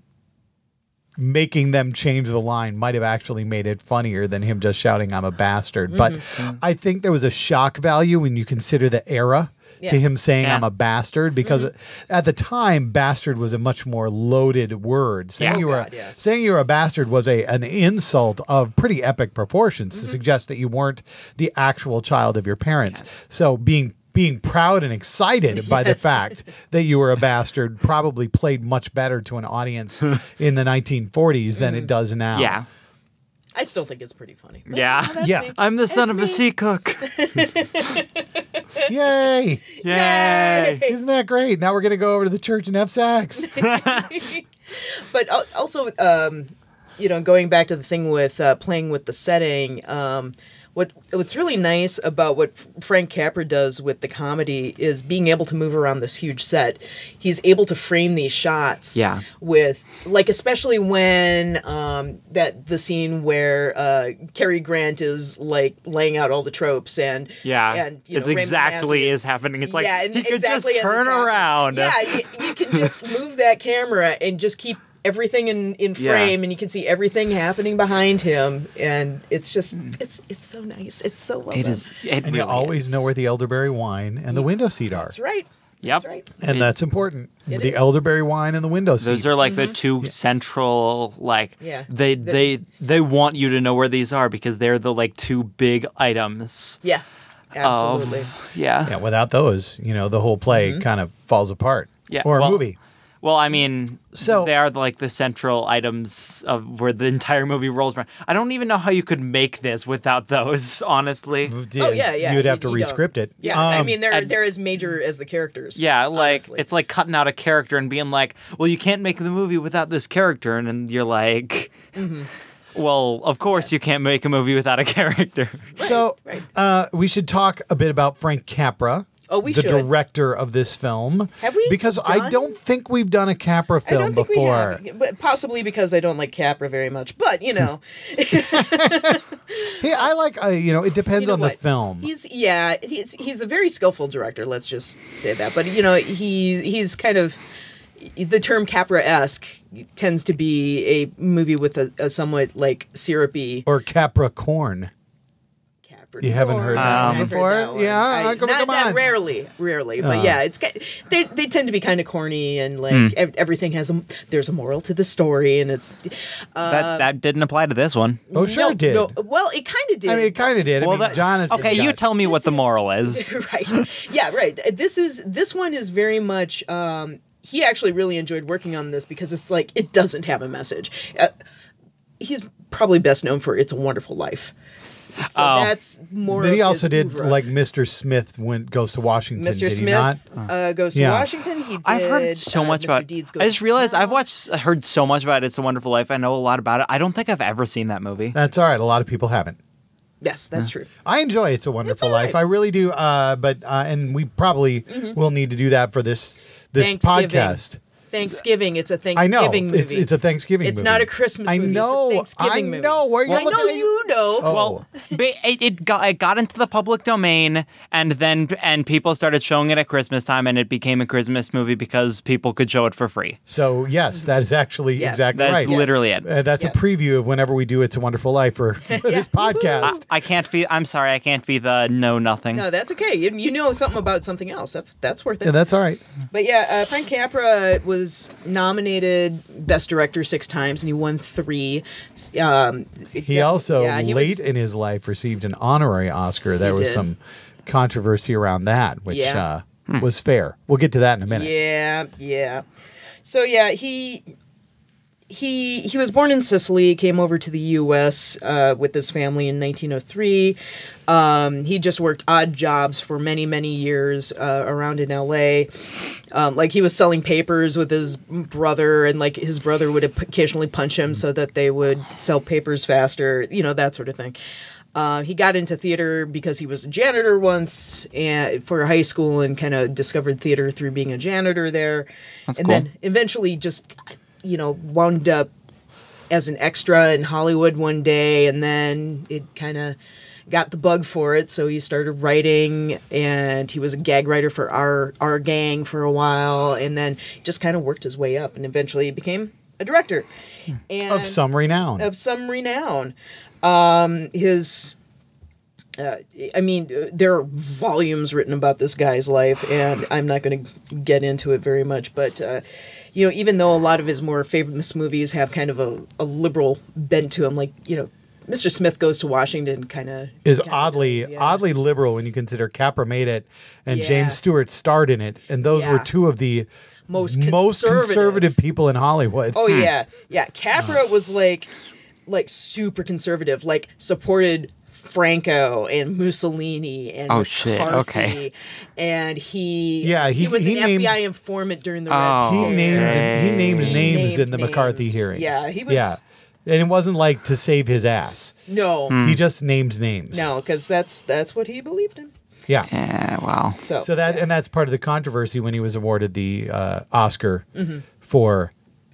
Speaker 2: making them change the line might have actually made it funnier than him just shouting i'm a bastard but
Speaker 3: Mm-hmm.
Speaker 2: i think there was a shock value when you consider the era
Speaker 3: Yeah. Mm-hmm.
Speaker 2: to him saying i'm
Speaker 4: Yeah.
Speaker 2: a bastard because at the time bastard was a much more loaded word saying
Speaker 4: Yeah.
Speaker 2: you
Speaker 4: Oh,
Speaker 2: were
Speaker 3: God, yeah.
Speaker 2: saying you were a bastard was a an insult of pretty epic proportions to suggest that you weren't the actual child of your parents. So being being proud and excited by the fact that you were a bastard probably played much better to an audience in the 1940s than it does now.
Speaker 4: Yeah.
Speaker 3: I still think it's pretty funny. But,
Speaker 4: Yeah.
Speaker 3: oh, that's
Speaker 2: Yeah.
Speaker 3: me.
Speaker 4: I'm the son of
Speaker 3: It's
Speaker 4: a
Speaker 3: me.
Speaker 4: sea cook.
Speaker 2: Yay!
Speaker 4: Yay.
Speaker 2: Isn't that great? Now we're going to go over to the church and have sex.
Speaker 3: but al- also um, you know going back to the thing with uh, playing with the setting um, what what's really nice about what Frank Capra does with the comedy is being able to move around this huge set he's able to frame these shots
Speaker 4: Yeah.
Speaker 3: with like especially when um, that the scene where uh, Cary Grant is like laying out all the tropes and
Speaker 4: Yeah.
Speaker 3: and you know,
Speaker 4: it's
Speaker 3: Raymond
Speaker 4: exactly
Speaker 3: Massey
Speaker 4: is happening. It's like
Speaker 3: and
Speaker 4: he could
Speaker 3: exactly as it's
Speaker 4: just turn
Speaker 3: happening.
Speaker 4: around.
Speaker 3: Yeah, you, you can just move that camera and just keep everything in, in
Speaker 4: Yeah.
Speaker 3: frame, and you can see everything happening behind him, and it's just it's it's so nice. It's so well
Speaker 4: Mm. It
Speaker 3: done.
Speaker 4: is. It
Speaker 2: And
Speaker 4: really
Speaker 2: you always
Speaker 4: is.
Speaker 2: know where the elderberry wine and the window seat are.
Speaker 3: That's right.
Speaker 4: Yep.
Speaker 3: That's right.
Speaker 2: And that's important.
Speaker 3: It
Speaker 2: the
Speaker 3: is.
Speaker 2: elderberry wine and the window seat.
Speaker 4: Those are like the two central like
Speaker 3: Mm-hmm. Yeah.
Speaker 4: they
Speaker 3: The-
Speaker 4: they they want you to know where these are because they're the like two big items.
Speaker 3: Yeah,
Speaker 4: of-
Speaker 3: absolutely.
Speaker 4: yeah.
Speaker 3: Mm-hmm.
Speaker 2: Yeah, without those, you know, the whole play kind of falls apart.
Speaker 4: Yeah,
Speaker 2: Or a
Speaker 4: well-
Speaker 2: movie.
Speaker 4: Well, I mean,
Speaker 2: So-
Speaker 4: they are like the central items of where the entire movie rolls around. I don't even know how you could make this without those, honestly.
Speaker 3: Oh yeah, yeah.
Speaker 2: You'd have to
Speaker 3: you don't.
Speaker 2: re-script it.
Speaker 3: Yeah, I
Speaker 2: Um,
Speaker 3: mean they're
Speaker 4: and-
Speaker 3: they're as major as the characters.
Speaker 4: Yeah, like
Speaker 3: honestly.
Speaker 4: it's like cutting out a character and being like, "Well, you can't make the movie without this character," and then you're like,
Speaker 3: Mm-hmm.
Speaker 4: "Well, of course you can't make a movie without a character."
Speaker 2: So
Speaker 3: right.
Speaker 2: Uh, we should talk a bit about Frank Capra.
Speaker 3: Oh, we
Speaker 2: the
Speaker 3: should.
Speaker 2: director of this film.
Speaker 3: Have we
Speaker 2: Because I
Speaker 3: done-
Speaker 2: don't think we've done a Capra
Speaker 3: I
Speaker 2: film
Speaker 3: don't think
Speaker 2: before.
Speaker 3: we have, but possibly because I don't like Capra very much. But you know,
Speaker 2: Hey, I like. Uh, you know, it depends
Speaker 3: you know
Speaker 2: on
Speaker 3: what?
Speaker 2: the film.
Speaker 3: He's yeah, he's he's a very skillful director. Let's just say that. But you know, he he's kind of the term Capra esque tends to be a movie with a, a somewhat like syrupy.
Speaker 2: or Capra Corn.
Speaker 3: Capricorn.
Speaker 2: You haven't heard that one
Speaker 3: I've heard
Speaker 2: before?
Speaker 3: that one.
Speaker 2: Yeah,
Speaker 3: I,
Speaker 2: come-
Speaker 3: Um, not
Speaker 2: come
Speaker 3: that
Speaker 2: on. Uh.
Speaker 3: rarely, rarely, but yeah, it's ki- they they tend to be kind of corny and like ev- everything has a there's a moral to the story and it's uh,
Speaker 4: that that didn't apply to this one.
Speaker 2: Oh, sure
Speaker 3: no,
Speaker 2: did.
Speaker 3: no, well it kind of did
Speaker 2: I mean, it kind of did. I
Speaker 4: Well,
Speaker 2: mean,
Speaker 4: that,
Speaker 2: John. has just
Speaker 4: okay,
Speaker 2: got
Speaker 4: you
Speaker 2: it.
Speaker 4: tell me what the
Speaker 3: is-
Speaker 4: moral is.
Speaker 3: right yeah right this is this one is very much um he actually really enjoyed working on this because it's like it doesn't have a message uh, he's probably best known for it's a wonderful life so
Speaker 4: Oh.
Speaker 3: that's more
Speaker 2: But he
Speaker 3: of
Speaker 2: also
Speaker 3: his
Speaker 2: did
Speaker 3: oeuvre.
Speaker 2: like Mr. Smith went goes to Washington.
Speaker 3: mr
Speaker 2: did He not?
Speaker 3: smith uh, goes to
Speaker 2: Yeah.
Speaker 3: washington he did
Speaker 4: I've heard so
Speaker 3: uh,
Speaker 4: much
Speaker 3: Mr.
Speaker 4: about.
Speaker 3: Deeds Goes
Speaker 4: I just
Speaker 3: to
Speaker 4: realized I've
Speaker 3: Town.
Speaker 4: watched, heard so much about It's a Wonderful Life. I know a lot about it. I don't think I've ever seen that movie.
Speaker 2: That's all right. A lot of people haven't.
Speaker 3: yes that's true
Speaker 2: I enjoy It's a Wonderful
Speaker 3: all right.
Speaker 2: Life.
Speaker 3: Mm-hmm.
Speaker 2: I really do. Uh, but uh, and we probably will need to do that for this this
Speaker 3: Thanksgiving.
Speaker 2: podcast.
Speaker 3: thanksgiving it's a
Speaker 2: I
Speaker 3: thanksgiving
Speaker 2: know
Speaker 3: movie
Speaker 2: it's it's a Thanksgiving.
Speaker 3: It's
Speaker 2: movie.
Speaker 3: not a Christmas
Speaker 2: I
Speaker 3: movie, it's a
Speaker 2: know.
Speaker 3: Thanksgiving
Speaker 2: I
Speaker 3: movie.
Speaker 2: know. Why are you
Speaker 3: i know
Speaker 2: looking at-
Speaker 3: you know
Speaker 2: Oh.
Speaker 4: Well, but it, it got it got into the public domain, and then and people started showing it at Christmas time, and it became a Christmas movie because people could show it for free.
Speaker 2: So yes, that is actually
Speaker 3: mm-hmm. Yeah.
Speaker 2: exactly
Speaker 4: That's
Speaker 2: right.
Speaker 4: literally it.
Speaker 2: Uh, that's
Speaker 3: Yeah.
Speaker 2: a preview of whenever we do "It's a Wonderful Life" for, for this
Speaker 3: Ah.
Speaker 2: podcast.
Speaker 4: I can't be. I'm sorry, I can't be the no nothing.
Speaker 3: no that's okay you, you know something about something else that's that's worth it
Speaker 2: Yeah, that's all right.
Speaker 3: But yeah, uh, Frank Capra was nominated Best Director six times, and he won three. S- Um,
Speaker 2: He also late in his life received an honorary Oscar. There was
Speaker 3: did.
Speaker 2: some controversy around that, which
Speaker 3: Yeah.
Speaker 2: uh,
Speaker 4: Hmm.
Speaker 2: was fair. We'll get to that in a minute.
Speaker 3: yeah, yeah. So yeah, he he he was born in Sicily, came over to the U.S. Uh, with his family in 1903. Um, he just worked odd jobs for many many years uh, around in L.A. Um, like he was selling papers with his brother, and like his brother would occasionally punch him so that they would sell papers faster. You know that sort of thing. Uh, he got into theater because he was a janitor once and, for high school and kind of discovered theater through being a janitor there. and
Speaker 4: cool.
Speaker 3: then eventually just, you know, wound up as an extra in Hollywood one day, and then it kind of got the bug for it. So he started writing, and he was a gag writer for our our gang for a while, and then just kind of worked his way up, and eventually he became a director and
Speaker 2: Of some renown.
Speaker 3: of some renown. Um, his uh, I mean, uh, there are volumes written about this guy's life, and I'm not going to get into it very much. But, uh, you know, even though a lot of his more famous movies have kind of a, a liberal bent to them, like, you know, Mr. Smith Goes to Washington kind of.
Speaker 2: is oddly
Speaker 3: yeah.
Speaker 2: oddly liberal when you consider Capra made it and
Speaker 3: Yeah.
Speaker 2: James Stewart starred in it, and those were
Speaker 3: Yeah.
Speaker 2: two of the
Speaker 3: Most
Speaker 2: conservative.
Speaker 3: conservative.
Speaker 2: people in Hollywood.
Speaker 3: Oh,
Speaker 4: Hmm.
Speaker 3: yeah. Yeah.
Speaker 4: Oh.
Speaker 3: Capra was like, like super conservative, like, supported. Franco and Mussolini and
Speaker 4: Oh, shit.
Speaker 3: McCarthy,
Speaker 4: Okay.
Speaker 3: and he
Speaker 2: Yeah, he-
Speaker 3: was
Speaker 2: he
Speaker 3: an
Speaker 2: named-
Speaker 3: FBI informant during the Red
Speaker 4: Oh.
Speaker 2: he
Speaker 3: Scare.
Speaker 2: named he named
Speaker 3: He
Speaker 2: names
Speaker 3: named
Speaker 2: in the McCarthy
Speaker 3: names.
Speaker 2: hearings.
Speaker 3: Yeah, he was-
Speaker 2: Yeah, and it wasn't like to save his ass.
Speaker 3: No,
Speaker 4: Hmm.
Speaker 2: He just named names.
Speaker 3: no, because that's that's what he believed in.
Speaker 2: Yeah.
Speaker 4: Eh, wow.
Speaker 3: So,
Speaker 2: So that and that's part of the controversy when he was awarded the uh, Oscar for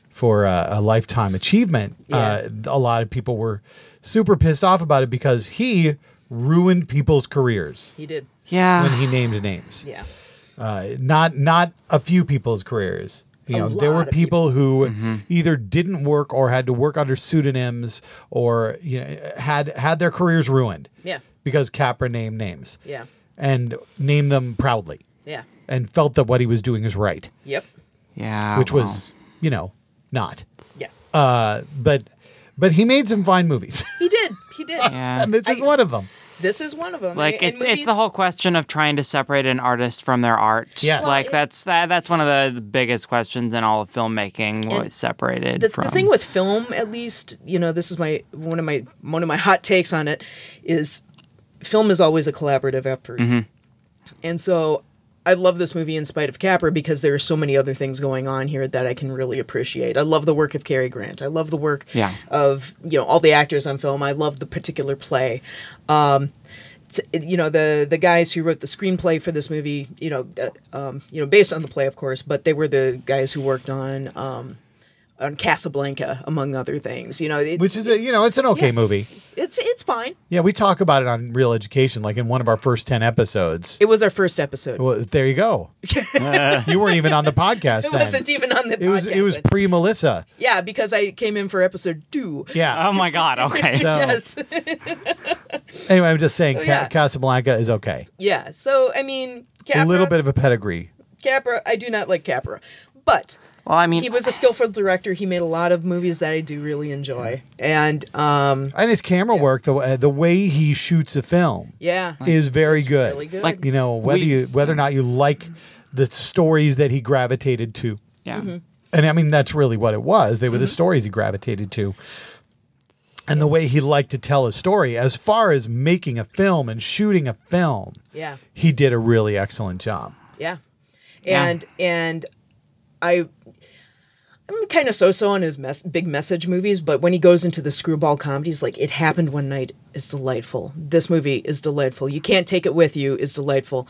Speaker 2: for uh, a lifetime achievement. Uh, a lot of people were super pissed off about it because he ruined people's careers
Speaker 3: he did.
Speaker 2: when
Speaker 4: Yeah.
Speaker 2: he named names.
Speaker 3: Yeah,
Speaker 2: Uh, not not a few people's careers. You
Speaker 3: A
Speaker 2: know, there
Speaker 3: lot
Speaker 2: were
Speaker 3: of
Speaker 2: people, who either didn't work or had to work under pseudonyms or you know had had their careers ruined.
Speaker 3: Yeah.
Speaker 2: Because Capra named names.
Speaker 3: Yeah.
Speaker 2: And named them proudly
Speaker 3: yeah,
Speaker 2: and felt that what he was doing is right,
Speaker 3: yep, Oh,
Speaker 4: Yeah.
Speaker 2: which
Speaker 4: wow.
Speaker 2: was, you know, not.
Speaker 3: yeah.
Speaker 2: Uh, but but he made some fine movies,
Speaker 3: He did. He did.
Speaker 4: Yeah.
Speaker 2: and this is one of them.
Speaker 3: This is one of them.
Speaker 4: Like
Speaker 3: and- and
Speaker 4: it's it's the
Speaker 3: movies-
Speaker 4: whole question of trying to separate an artist from their art.
Speaker 2: Yes. Well,
Speaker 4: like
Speaker 3: it-
Speaker 4: that's that, that's one of the biggest questions in all of filmmaking. What is separated
Speaker 3: the,
Speaker 4: from
Speaker 3: the thing with film at least you know this is my one of my one of my hot takes on it is film is always a collaborative effort
Speaker 4: Mm-hmm.
Speaker 3: and so i love this movie in spite of capra because there are so many other things going on here that i can really appreciate i love the work of cary grant i love the work
Speaker 4: Yeah.
Speaker 3: of you know all the actors on film i love the particular play um t- you know the the guys who wrote the screenplay for this movie you know uh, um you know based on the play of course but they were the guys who worked on um on Casablanca, among other things. You know, it's,
Speaker 2: Which is a, you know, it's an okay
Speaker 3: Yeah.
Speaker 2: movie.
Speaker 3: it's it's fine.
Speaker 2: Yeah, we talk about it on Real Education, like in one of our first ten episodes.
Speaker 3: It was our first episode.
Speaker 2: Well, there you go. you weren't even on the podcast.
Speaker 3: It
Speaker 2: then.
Speaker 3: wasn't even on the
Speaker 2: It was. It
Speaker 3: podcast
Speaker 2: was
Speaker 3: then.
Speaker 2: pre Melissa.
Speaker 3: yeah, because I came in for episode two.
Speaker 2: Yeah.
Speaker 4: Oh my god. Okay.
Speaker 2: So
Speaker 3: Yes,
Speaker 2: anyway, I'm just saying,
Speaker 3: So,
Speaker 2: Ca-
Speaker 3: yeah.
Speaker 2: Casablanca is okay.
Speaker 3: yeah. So I mean,
Speaker 2: A
Speaker 3: Capra,
Speaker 2: little bit of a pedigree.
Speaker 3: Capra. I do not like Capra, but
Speaker 4: well, I mean,
Speaker 3: he was a skillful director. He made a lot of movies that I do really enjoy, and um,
Speaker 2: And his camera work, the way- the way he shoots a film,
Speaker 3: yeah,
Speaker 2: is very
Speaker 3: It's
Speaker 2: good.
Speaker 3: really good.
Speaker 4: Like-
Speaker 2: you know whether
Speaker 4: We-
Speaker 2: you whether or not you like the stories that he gravitated to,
Speaker 4: yeah.
Speaker 3: Mm-hmm.
Speaker 2: and I mean that's really what it was. They were the stories he gravitated to, and the way he liked to tell a story. As far as making a film and shooting a film,
Speaker 3: yeah.
Speaker 2: he did a really excellent job.
Speaker 3: Yeah.
Speaker 4: Yeah.
Speaker 3: And and I I'm kind of so-so on his mes- big message movies, but when he goes into the screwball comedies, like It Happened One Night is delightful. This movie is delightful. You Can't Take It With You is delightful.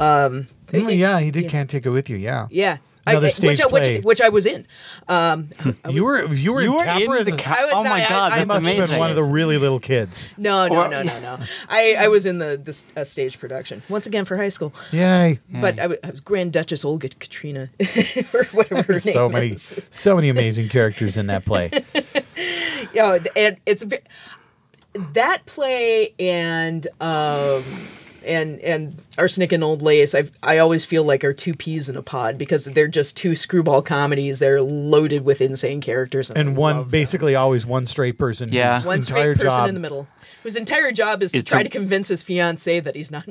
Speaker 3: Um,
Speaker 2: Mm, yeah, he did. Can't take it with you. Yeah,
Speaker 3: yeah.
Speaker 2: Another
Speaker 3: I,
Speaker 2: stage
Speaker 3: which, I-
Speaker 2: play.
Speaker 3: Which, which I was in.
Speaker 2: you were you were
Speaker 4: You
Speaker 2: in
Speaker 4: were
Speaker 2: Capra
Speaker 4: in
Speaker 2: as
Speaker 4: the
Speaker 2: a-
Speaker 4: ca-
Speaker 3: I was
Speaker 4: Oh my
Speaker 3: not- I-
Speaker 4: god,
Speaker 3: I
Speaker 4: that's
Speaker 2: must
Speaker 4: amazing.
Speaker 2: have been one of the really little kids.
Speaker 3: No, no,
Speaker 4: Or-
Speaker 3: no, no, no. I, I was in the this a stage production once again for high school.
Speaker 2: Yay!
Speaker 3: But I, w- I was Grand Duchess Olga Katrina, or whatever her name
Speaker 2: So many,
Speaker 3: was.
Speaker 2: so many amazing characters in that play.
Speaker 3: Yeah, Oh, and it's ve- that play and um and and arsenic and old lace. I I always feel like are two peas in a pod because they're just two screwball comedies. They're loaded with insane characters I
Speaker 2: and one
Speaker 3: love them.
Speaker 2: basically always one straight person. whose
Speaker 4: Yeah.
Speaker 3: One straight
Speaker 2: entire
Speaker 3: person
Speaker 2: job.
Speaker 3: in the middle. Whose entire job is to
Speaker 4: It's
Speaker 3: try
Speaker 4: true.
Speaker 3: to convince his fiance that he's not.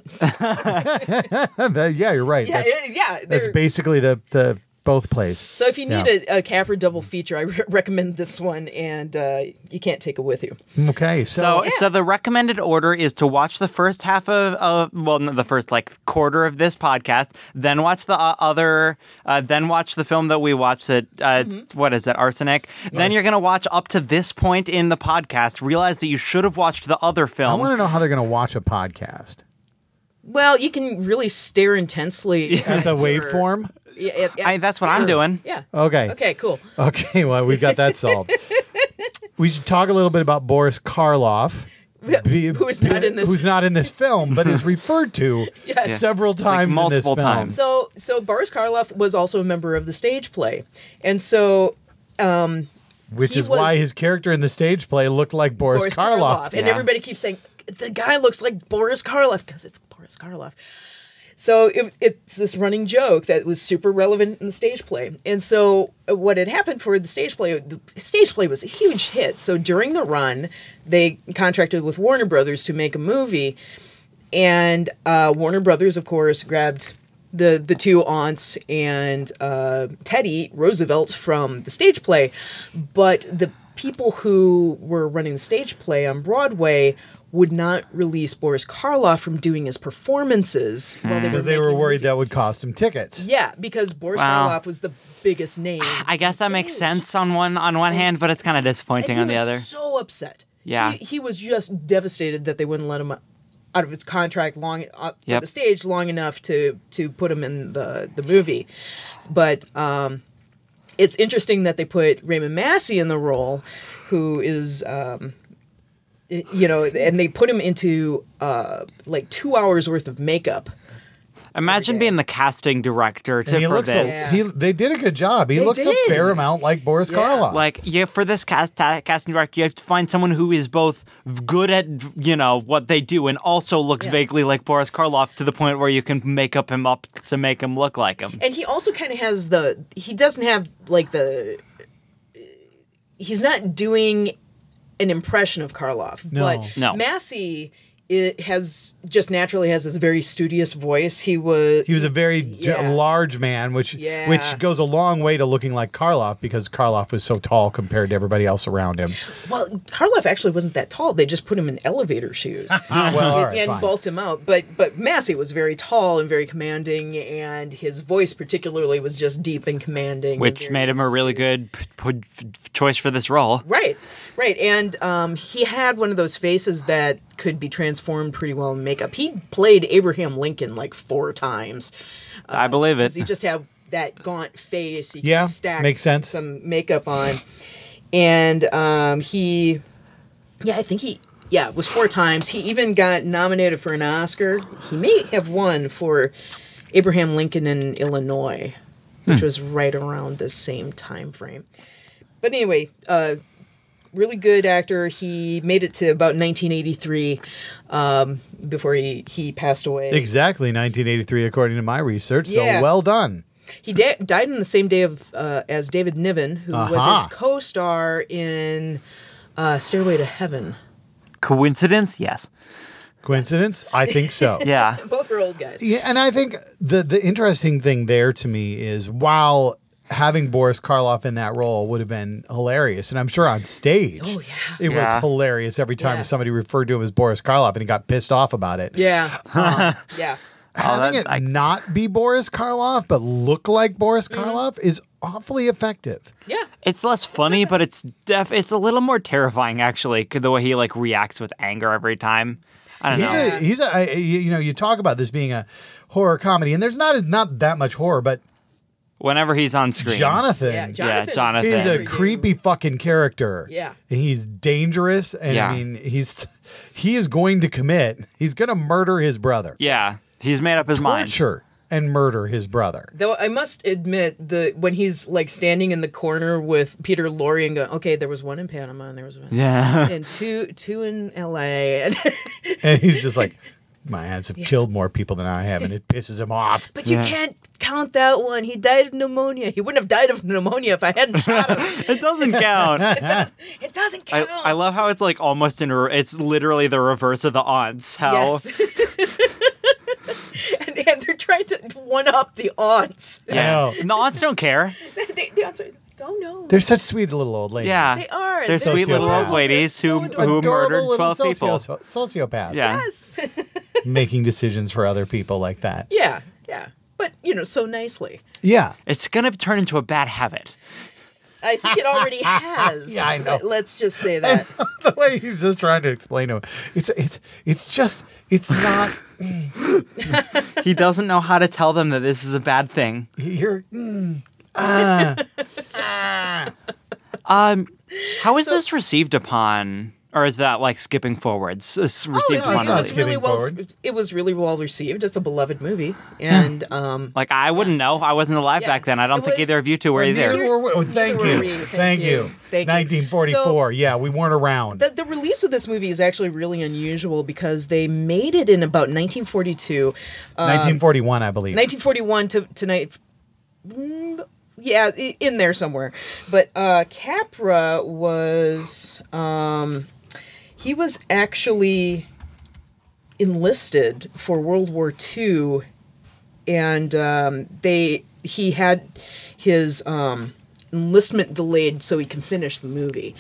Speaker 2: That- yeah, you're right.
Speaker 3: yeah,
Speaker 2: that's,
Speaker 3: yeah.
Speaker 2: that's
Speaker 3: they're-
Speaker 2: basically the the both plays.
Speaker 3: so if you need
Speaker 2: yeah.
Speaker 3: a, a Capra double feature, I re- recommend this one, and uh, you can't take it with you.
Speaker 2: Okay, so,
Speaker 4: So, so the recommended order is to watch the first half of, of well, no, the first like quarter of this podcast, then watch the uh, other, uh, then watch the film that we watched. That uh, what is it, Arsenic? Then you're gonna watch up to this point in the podcast. Realize that you should have watched the other
Speaker 2: I
Speaker 4: film.
Speaker 2: want to know how they're going to watch a podcast
Speaker 3: Well, you can really stare intensely
Speaker 2: at the waveform.
Speaker 3: Yeah, yeah, yeah.
Speaker 4: I, that's what I'm doing.
Speaker 3: Yeah.
Speaker 2: Okay.
Speaker 3: Okay, cool.
Speaker 2: Okay. Well, we've got that solved. we should talk a little bit about Boris Karloff. be-
Speaker 3: who is not in this-
Speaker 2: Who's not in this film, but is referred to
Speaker 3: Yes.
Speaker 2: several times, in this
Speaker 4: multiple
Speaker 2: film.
Speaker 4: times.
Speaker 3: So so Boris Karloff was also a member of the stage play. And so
Speaker 2: which
Speaker 3: he
Speaker 2: is why
Speaker 3: was-
Speaker 2: his character in the stage play looked like Boris,
Speaker 3: Boris
Speaker 2: Karloff.
Speaker 3: Karloff, and
Speaker 4: Yeah.
Speaker 3: everybody keeps saying the guy looks like Boris Karloff because it's Boris Karloff. So it, it's this running joke that was super relevant in the stage play. And so uh, what had happened for the stage play, the stage play was a huge hit. So during the run, they contracted with Warner Brothers to make a movie, and uh, Warner Brothers, of course, grabbed the the two aunts and uh, Teddy Roosevelt from the stage play, but the people who were running the stage play on Broadway would not release Boris Karloff from doing his performances while
Speaker 4: Hmm.
Speaker 3: they were
Speaker 2: Because they were
Speaker 3: making-
Speaker 2: worried that would cost him tickets.
Speaker 3: Yeah, because Boris
Speaker 4: Wow.
Speaker 3: Karloff was the biggest name.
Speaker 4: I guess that makes sense on one on one hand, but it's kind of disappointing on
Speaker 3: And
Speaker 4: the
Speaker 3: he was
Speaker 4: other.
Speaker 3: So upset.
Speaker 4: Yeah.
Speaker 3: he, he was just devastated that they wouldn't let him out of his contract long uh, for
Speaker 4: Yep.
Speaker 3: the stage long enough to to put him in the the movie. But um, it's interesting that they put Raymond Massey in the role, who is. Um, i- you know, and they put him into uh, like two hours worth of makeup.
Speaker 4: Imagine being the casting director to,
Speaker 2: And he
Speaker 4: for
Speaker 2: looks
Speaker 4: this.
Speaker 2: A, he, they did a good job. He
Speaker 3: They
Speaker 2: looks
Speaker 3: did.
Speaker 2: a fair amount like Boris
Speaker 3: Yeah.
Speaker 2: Karloff.
Speaker 4: Like yeah, for this cast ta- casting director, you have to find someone who is both good at you know what they do and also looks vaguely like Boris Karloff to the point where you can make up him up to make him look like him.
Speaker 3: and he also kind of has the he doesn't have like the he's not doing an impression of Karloff,
Speaker 2: No.
Speaker 3: but
Speaker 4: No.
Speaker 3: Massey it has just naturally has this very studious voice. He was
Speaker 2: He was a very j-
Speaker 3: Yeah.
Speaker 2: large man, which
Speaker 3: Yeah.
Speaker 2: which goes a long way to looking like Karloff because Karloff was so tall compared to everybody else around him.
Speaker 3: well. Karloff actually wasn't that tall. They just put him in elevator shoes.
Speaker 2: Ah, well, all right,
Speaker 3: and
Speaker 2: fine.
Speaker 3: bulked him out. But but Massey was very tall and very commanding, and his voice particularly was just deep and commanding, and
Speaker 4: which
Speaker 3: very-
Speaker 4: made him a really good p- p- f- choice for this role.
Speaker 3: right, right. And um, he had one of those faces that could be transformed pretty well in makeup. He played Abraham Lincoln like four times.
Speaker 4: I believe it.
Speaker 3: He just had that gaunt face. He
Speaker 2: Yeah,
Speaker 3: stacked
Speaker 2: makes sense.
Speaker 3: Some makeup on, and um, he, yeah, I think he. Yeah, it was four times. He even got nominated for an Oscar. He may have won for Abraham Lincoln in Illinois, which was right around the same time frame. But anyway, uh, really good actor. He made it to about 1983 um, before he, he passed away.
Speaker 2: Exactly, 1983, according to my research. So
Speaker 3: Yeah.
Speaker 2: well done.
Speaker 3: He da- died on the same day of uh, as David Niven, who was
Speaker 4: Uh-huh.
Speaker 2: Aha.
Speaker 3: his co-star in uh, Stairway to Heaven.
Speaker 4: Coincidence? Yes.
Speaker 2: Coincidence? I think so.
Speaker 4: Yeah.
Speaker 3: Both were old guys.
Speaker 2: Yeah, and I think the the interesting thing there to me is while having Boris Karloff in that role would have been hilarious, and I'm sure on stage, oh yeah, it
Speaker 4: Yeah.
Speaker 2: was hilarious every time
Speaker 3: Yeah.
Speaker 2: somebody referred to him as Boris Karloff, and he got pissed off about it.
Speaker 3: Yeah, Uh, yeah.
Speaker 2: Having
Speaker 4: that-
Speaker 2: it
Speaker 4: I-
Speaker 2: not be Boris Karloff but look like Boris Karloff is awfully effective.
Speaker 3: Yeah,
Speaker 4: It's less funny, but it's def. It's a little more terrifying, actually, 'cause the way he like reacts with anger every time. I don't
Speaker 2: He's
Speaker 4: know.
Speaker 2: a he's a I- you you know you talk about this being a horror comedy, and there's not not that much horror, but
Speaker 4: Whenever he's on screen,
Speaker 2: Jonathan,
Speaker 3: yeah. Jonathan. is
Speaker 4: Jonathan.
Speaker 2: He's a
Speaker 3: pretty
Speaker 2: creepy fucking character.
Speaker 3: Yeah.
Speaker 2: He's dangerous and
Speaker 4: Yeah.
Speaker 2: I mean he's he is going to commit. He's going to murder his brother.
Speaker 4: yeah, he's made up his mind.
Speaker 2: Torture and murder his brother.
Speaker 3: Though I must admit the when he's like standing in the corner with Peter Lorre and going, okay, there was one in Panama and there was one,
Speaker 4: Yeah.
Speaker 3: and two two in L.A. And
Speaker 2: And he's just like my ads have killed more people than I have and it pisses him off.
Speaker 3: but you can't count that one. He died of pneumonia. He wouldn't have died of pneumonia if I hadn't shot him.
Speaker 4: It doesn't count.
Speaker 3: it doesn't
Speaker 4: I,
Speaker 3: count.
Speaker 4: I love how it's like almost in. Re- it's literally the reverse of the aunts. How
Speaker 3: Yes. and, and they're trying to one up the aunts.
Speaker 4: yeah,
Speaker 2: I know.
Speaker 4: the aunts don't care.
Speaker 3: they, the aunts are, oh no.
Speaker 2: They're such sweet little old ladies.
Speaker 4: Yeah,
Speaker 3: They are.
Speaker 4: They're,
Speaker 3: They're
Speaker 4: sweet little old
Speaker 2: sociopaths.
Speaker 4: ladies
Speaker 3: They're
Speaker 4: who
Speaker 3: so
Speaker 4: who
Speaker 2: Adorable
Speaker 4: murdered
Speaker 2: little
Speaker 4: twelve people.
Speaker 2: socio- sociopaths.
Speaker 4: Yeah.
Speaker 3: yes.
Speaker 2: Making decisions for other people like that.
Speaker 3: yeah. Yeah. But, you know, so nicely.
Speaker 2: Yeah.
Speaker 4: It's gonna turn into a bad habit.
Speaker 3: I think it already has.
Speaker 2: Yeah, I know.
Speaker 3: Let- Let's just say that.
Speaker 2: the way he's just trying to explain to him. It's it's it's just it's not
Speaker 4: He doesn't know how to tell them that this is a bad thing.
Speaker 2: you're
Speaker 4: Um, how is this received upon, or is that like skipping forwards? It's
Speaker 3: Oh,
Speaker 4: received
Speaker 3: it, was-
Speaker 4: upon
Speaker 3: it was
Speaker 4: release.
Speaker 2: Skipping
Speaker 3: really well.
Speaker 2: forward.
Speaker 3: It was really well received. It's a beloved movie, and um,
Speaker 4: Like I wouldn't know. I wasn't alive
Speaker 3: Yeah.
Speaker 4: back then. I don't
Speaker 3: It
Speaker 4: think
Speaker 3: was-
Speaker 4: either of you two were
Speaker 2: Or
Speaker 4: either.
Speaker 2: neither were- oh, thank
Speaker 3: neither
Speaker 2: you.
Speaker 3: were we.
Speaker 2: Thank,
Speaker 3: Thank
Speaker 2: you.
Speaker 3: you. Thank you.
Speaker 2: 1944. yeah, we weren't around.
Speaker 3: the, the release of this movie is actually really unusual because they made it in about 1942.
Speaker 2: 1941, I believe.
Speaker 3: 1941 to tonight. mm, Yeah, i- in there somewhere. But uh, Capra was um, he was actually enlisted for World War II, and um, they he had his um, enlistment delayed so he can finish the movie.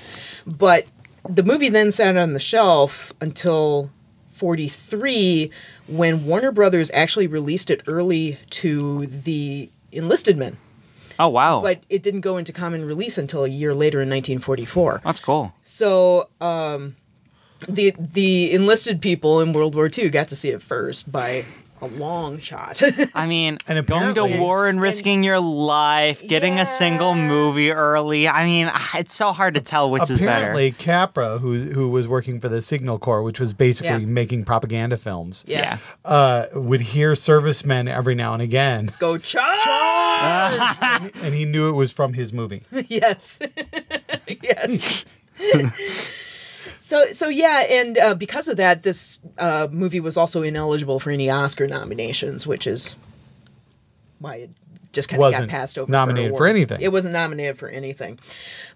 Speaker 3: But the movie then sat on the shelf until 43 when Warner Brothers actually released it early to the enlisted men.
Speaker 4: Oh wow,
Speaker 3: But it didn't go into common release until a year later in 1944.
Speaker 4: that's cool.
Speaker 3: So um, the the enlisted people in World War II got to see it first by a long shot.
Speaker 4: I mean,
Speaker 2: And
Speaker 4: going to
Speaker 2: apparently-
Speaker 4: war and risking your life, getting a single movie early. I mean, it's so hard to tell which is
Speaker 2: Apparently, Capra, who who was working for the Signal Corps, which was basically
Speaker 3: Yeah.
Speaker 2: making propaganda films,
Speaker 4: better.
Speaker 3: yeah.
Speaker 2: uh, would hear servicemen every now and again,
Speaker 3: Go charge!
Speaker 2: and he knew it was from his movie.
Speaker 3: yes. yes. so so yeah, and uh, because of that, this uh, movie was also ineligible for any Oscar nominations, which is why it just kind of got
Speaker 2: Wasn't
Speaker 3: passed over.
Speaker 2: nominated for
Speaker 3: awards.
Speaker 2: anything.
Speaker 3: It wasn't nominated for anything.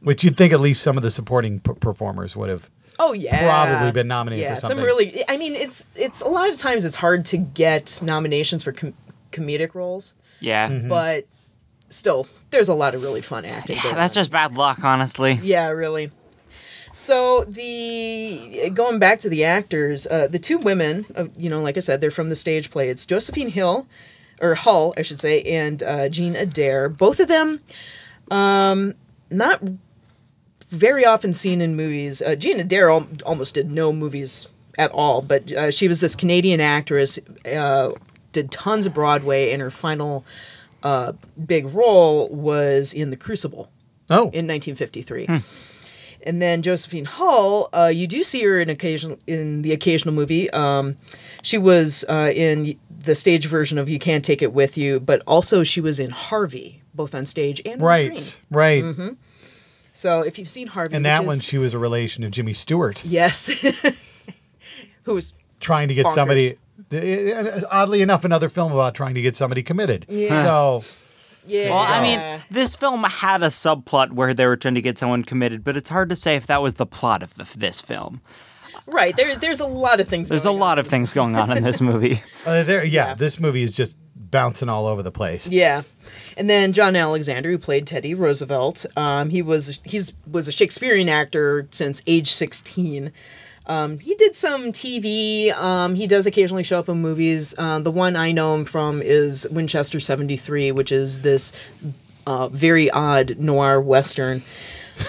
Speaker 2: Which you'd think at least some of the supporting p- performers would have.
Speaker 3: Oh yeah,
Speaker 2: Probably been nominated
Speaker 3: Yeah,
Speaker 2: for
Speaker 3: some
Speaker 2: something.
Speaker 3: really. I mean, it's it's a lot of times it's hard to get nominations for com- comedic roles,
Speaker 5: Yeah.
Speaker 2: Mm-hmm. Hmm.
Speaker 3: but still, there's a lot of really fun acting. going
Speaker 5: That's
Speaker 3: on.
Speaker 5: just bad luck, honestly.
Speaker 3: Yeah, really. So the going back to the actors, uh, the two women, uh, you know, like I said, they're from the stage play. It's Josephine Hill, or Hull, I should say, and uh, Jean Adair. Both of them, um, not very often seen in movies. Uh, Jean Adair al- almost did no movies at all, but uh, she was this Canadian actress, uh, did tons of Broadway, and her final uh, big role was in The Crucible
Speaker 2: Oh,
Speaker 3: in 1953.
Speaker 2: Hmm.
Speaker 3: And then Josephine Hull, uh, you do see her in occasional in the occasional movie. Um, she was uh, in the stage version of "You Can't Take It With You," but also she was in Harvey, both on stage and on
Speaker 2: right,
Speaker 3: screen.
Speaker 2: right.
Speaker 3: So if you've seen Harvey,
Speaker 2: And
Speaker 3: which
Speaker 2: that
Speaker 3: is-
Speaker 2: one, she was a relation of Jimmy Stewart,
Speaker 3: yes, who was
Speaker 2: trying to get
Speaker 3: Bonkers.
Speaker 2: somebody. th- Oddly enough, another film about trying to get somebody committed.
Speaker 3: Yeah.
Speaker 2: So
Speaker 3: yeah.
Speaker 5: Well, I mean, this film had a subplot where they were trying to get someone committed, but it's hard to say if that was the plot of the, this film.
Speaker 3: right there. There's a lot of things.
Speaker 5: There's a
Speaker 3: going on
Speaker 5: lot
Speaker 3: in
Speaker 5: of
Speaker 3: Oh this.
Speaker 5: things going on in this movie.
Speaker 2: uh, there, yeah, this movie is just bouncing all over the place.
Speaker 3: Yeah, and then John Alexander, who played Teddy Roosevelt, um, he was he's was a Shakespearean actor since age sixteen. Um, he did some TV. Um, he does occasionally show up in movies. Uh, the one I know him from is Winchester '73, which is this uh, very odd noir western.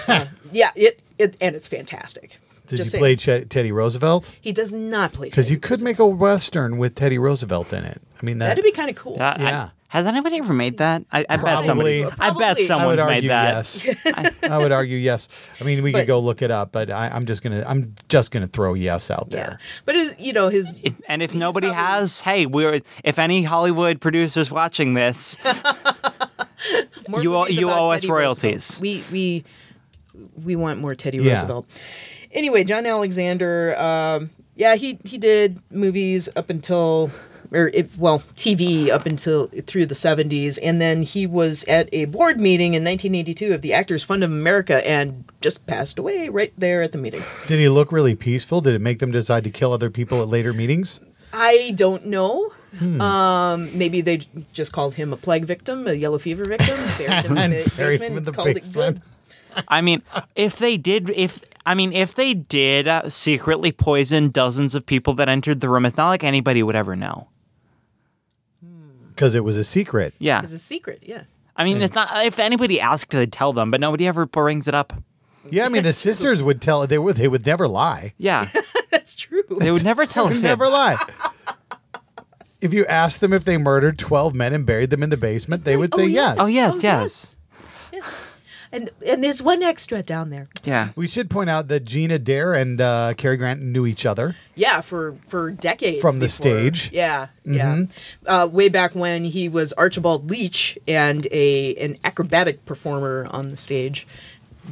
Speaker 3: Uh, yeah, it, it and it's fantastic.
Speaker 2: Did
Speaker 3: Just
Speaker 2: you
Speaker 3: saying.
Speaker 2: play Ch- Teddy Roosevelt?
Speaker 3: He does not play
Speaker 2: Because you
Speaker 3: Teddy
Speaker 2: could make a western with Teddy Roosevelt in it. I mean, that,
Speaker 3: That'd be kind of cool.
Speaker 5: Uh, I-
Speaker 2: Yeah.
Speaker 5: has anybody ever made that? I, I bet somebody.
Speaker 2: Probably.
Speaker 5: I bet
Speaker 3: Probably.
Speaker 2: I would
Speaker 5: someone's
Speaker 2: argue
Speaker 5: made that.
Speaker 2: yes. I would argue yes. I mean, we
Speaker 3: But-
Speaker 2: could go look it up, but I, I'm just gonna I'm just gonna throw yes out
Speaker 3: yeah,
Speaker 2: there.
Speaker 3: but his, you know his
Speaker 5: If- And if nobody
Speaker 3: probably-
Speaker 5: has, hey, we're if any Hollywood producers watching this,
Speaker 3: More
Speaker 5: You owe-
Speaker 3: movies
Speaker 5: you
Speaker 3: about
Speaker 5: owe us
Speaker 3: Teddy Roosevelt.
Speaker 5: royalties.
Speaker 3: We we we want more Teddy
Speaker 2: Yeah.
Speaker 3: Roosevelt. Anyway, John Alexander, um, yeah, he he did movies up until or it, well, TV up until through the 70s and then he was at a board meeting in 1982 of the Actors Fund of America and just passed away right there at the meeting.
Speaker 2: Did he look really peaceful? Did it make them decide to kill other people at later meetings?
Speaker 3: I don't know.
Speaker 2: Hmm.
Speaker 3: Um, maybe they just called him a plague victim, a yellow fever victim, buried him in
Speaker 2: And
Speaker 3: the
Speaker 2: buried him
Speaker 3: basement,
Speaker 2: in the
Speaker 3: called it good.
Speaker 2: basement.
Speaker 5: I mean, if they did, if I mean, if they did uh, secretly poison dozens of people that entered the room, it's not like anybody would ever know.
Speaker 2: Because it was a secret.
Speaker 5: Yeah,
Speaker 3: It's a secret, yeah.
Speaker 5: I mean, it's not if anybody asked, they tell them, but nobody ever brings it up.
Speaker 2: Yeah, I mean the sisters would tell they would they would never lie.
Speaker 5: Yeah,
Speaker 3: That's true.
Speaker 5: they would never tell. a
Speaker 2: They
Speaker 5: fib.
Speaker 2: never lie. If you asked them if they murdered twelve men and buried them in the basement, they would say yes.
Speaker 5: Oh, yes, yes.
Speaker 3: yes. And and there's one extra down there.
Speaker 5: Yeah,
Speaker 2: We should point out that Gina Dare and uh, Cary Grant knew each other.
Speaker 3: Yeah, for for decades
Speaker 2: From the
Speaker 3: before-
Speaker 2: stage. Mm-hmm.
Speaker 3: Yeah, yeah. Uh, way back when he was Archibald Leach and a an acrobatic performer on the stage.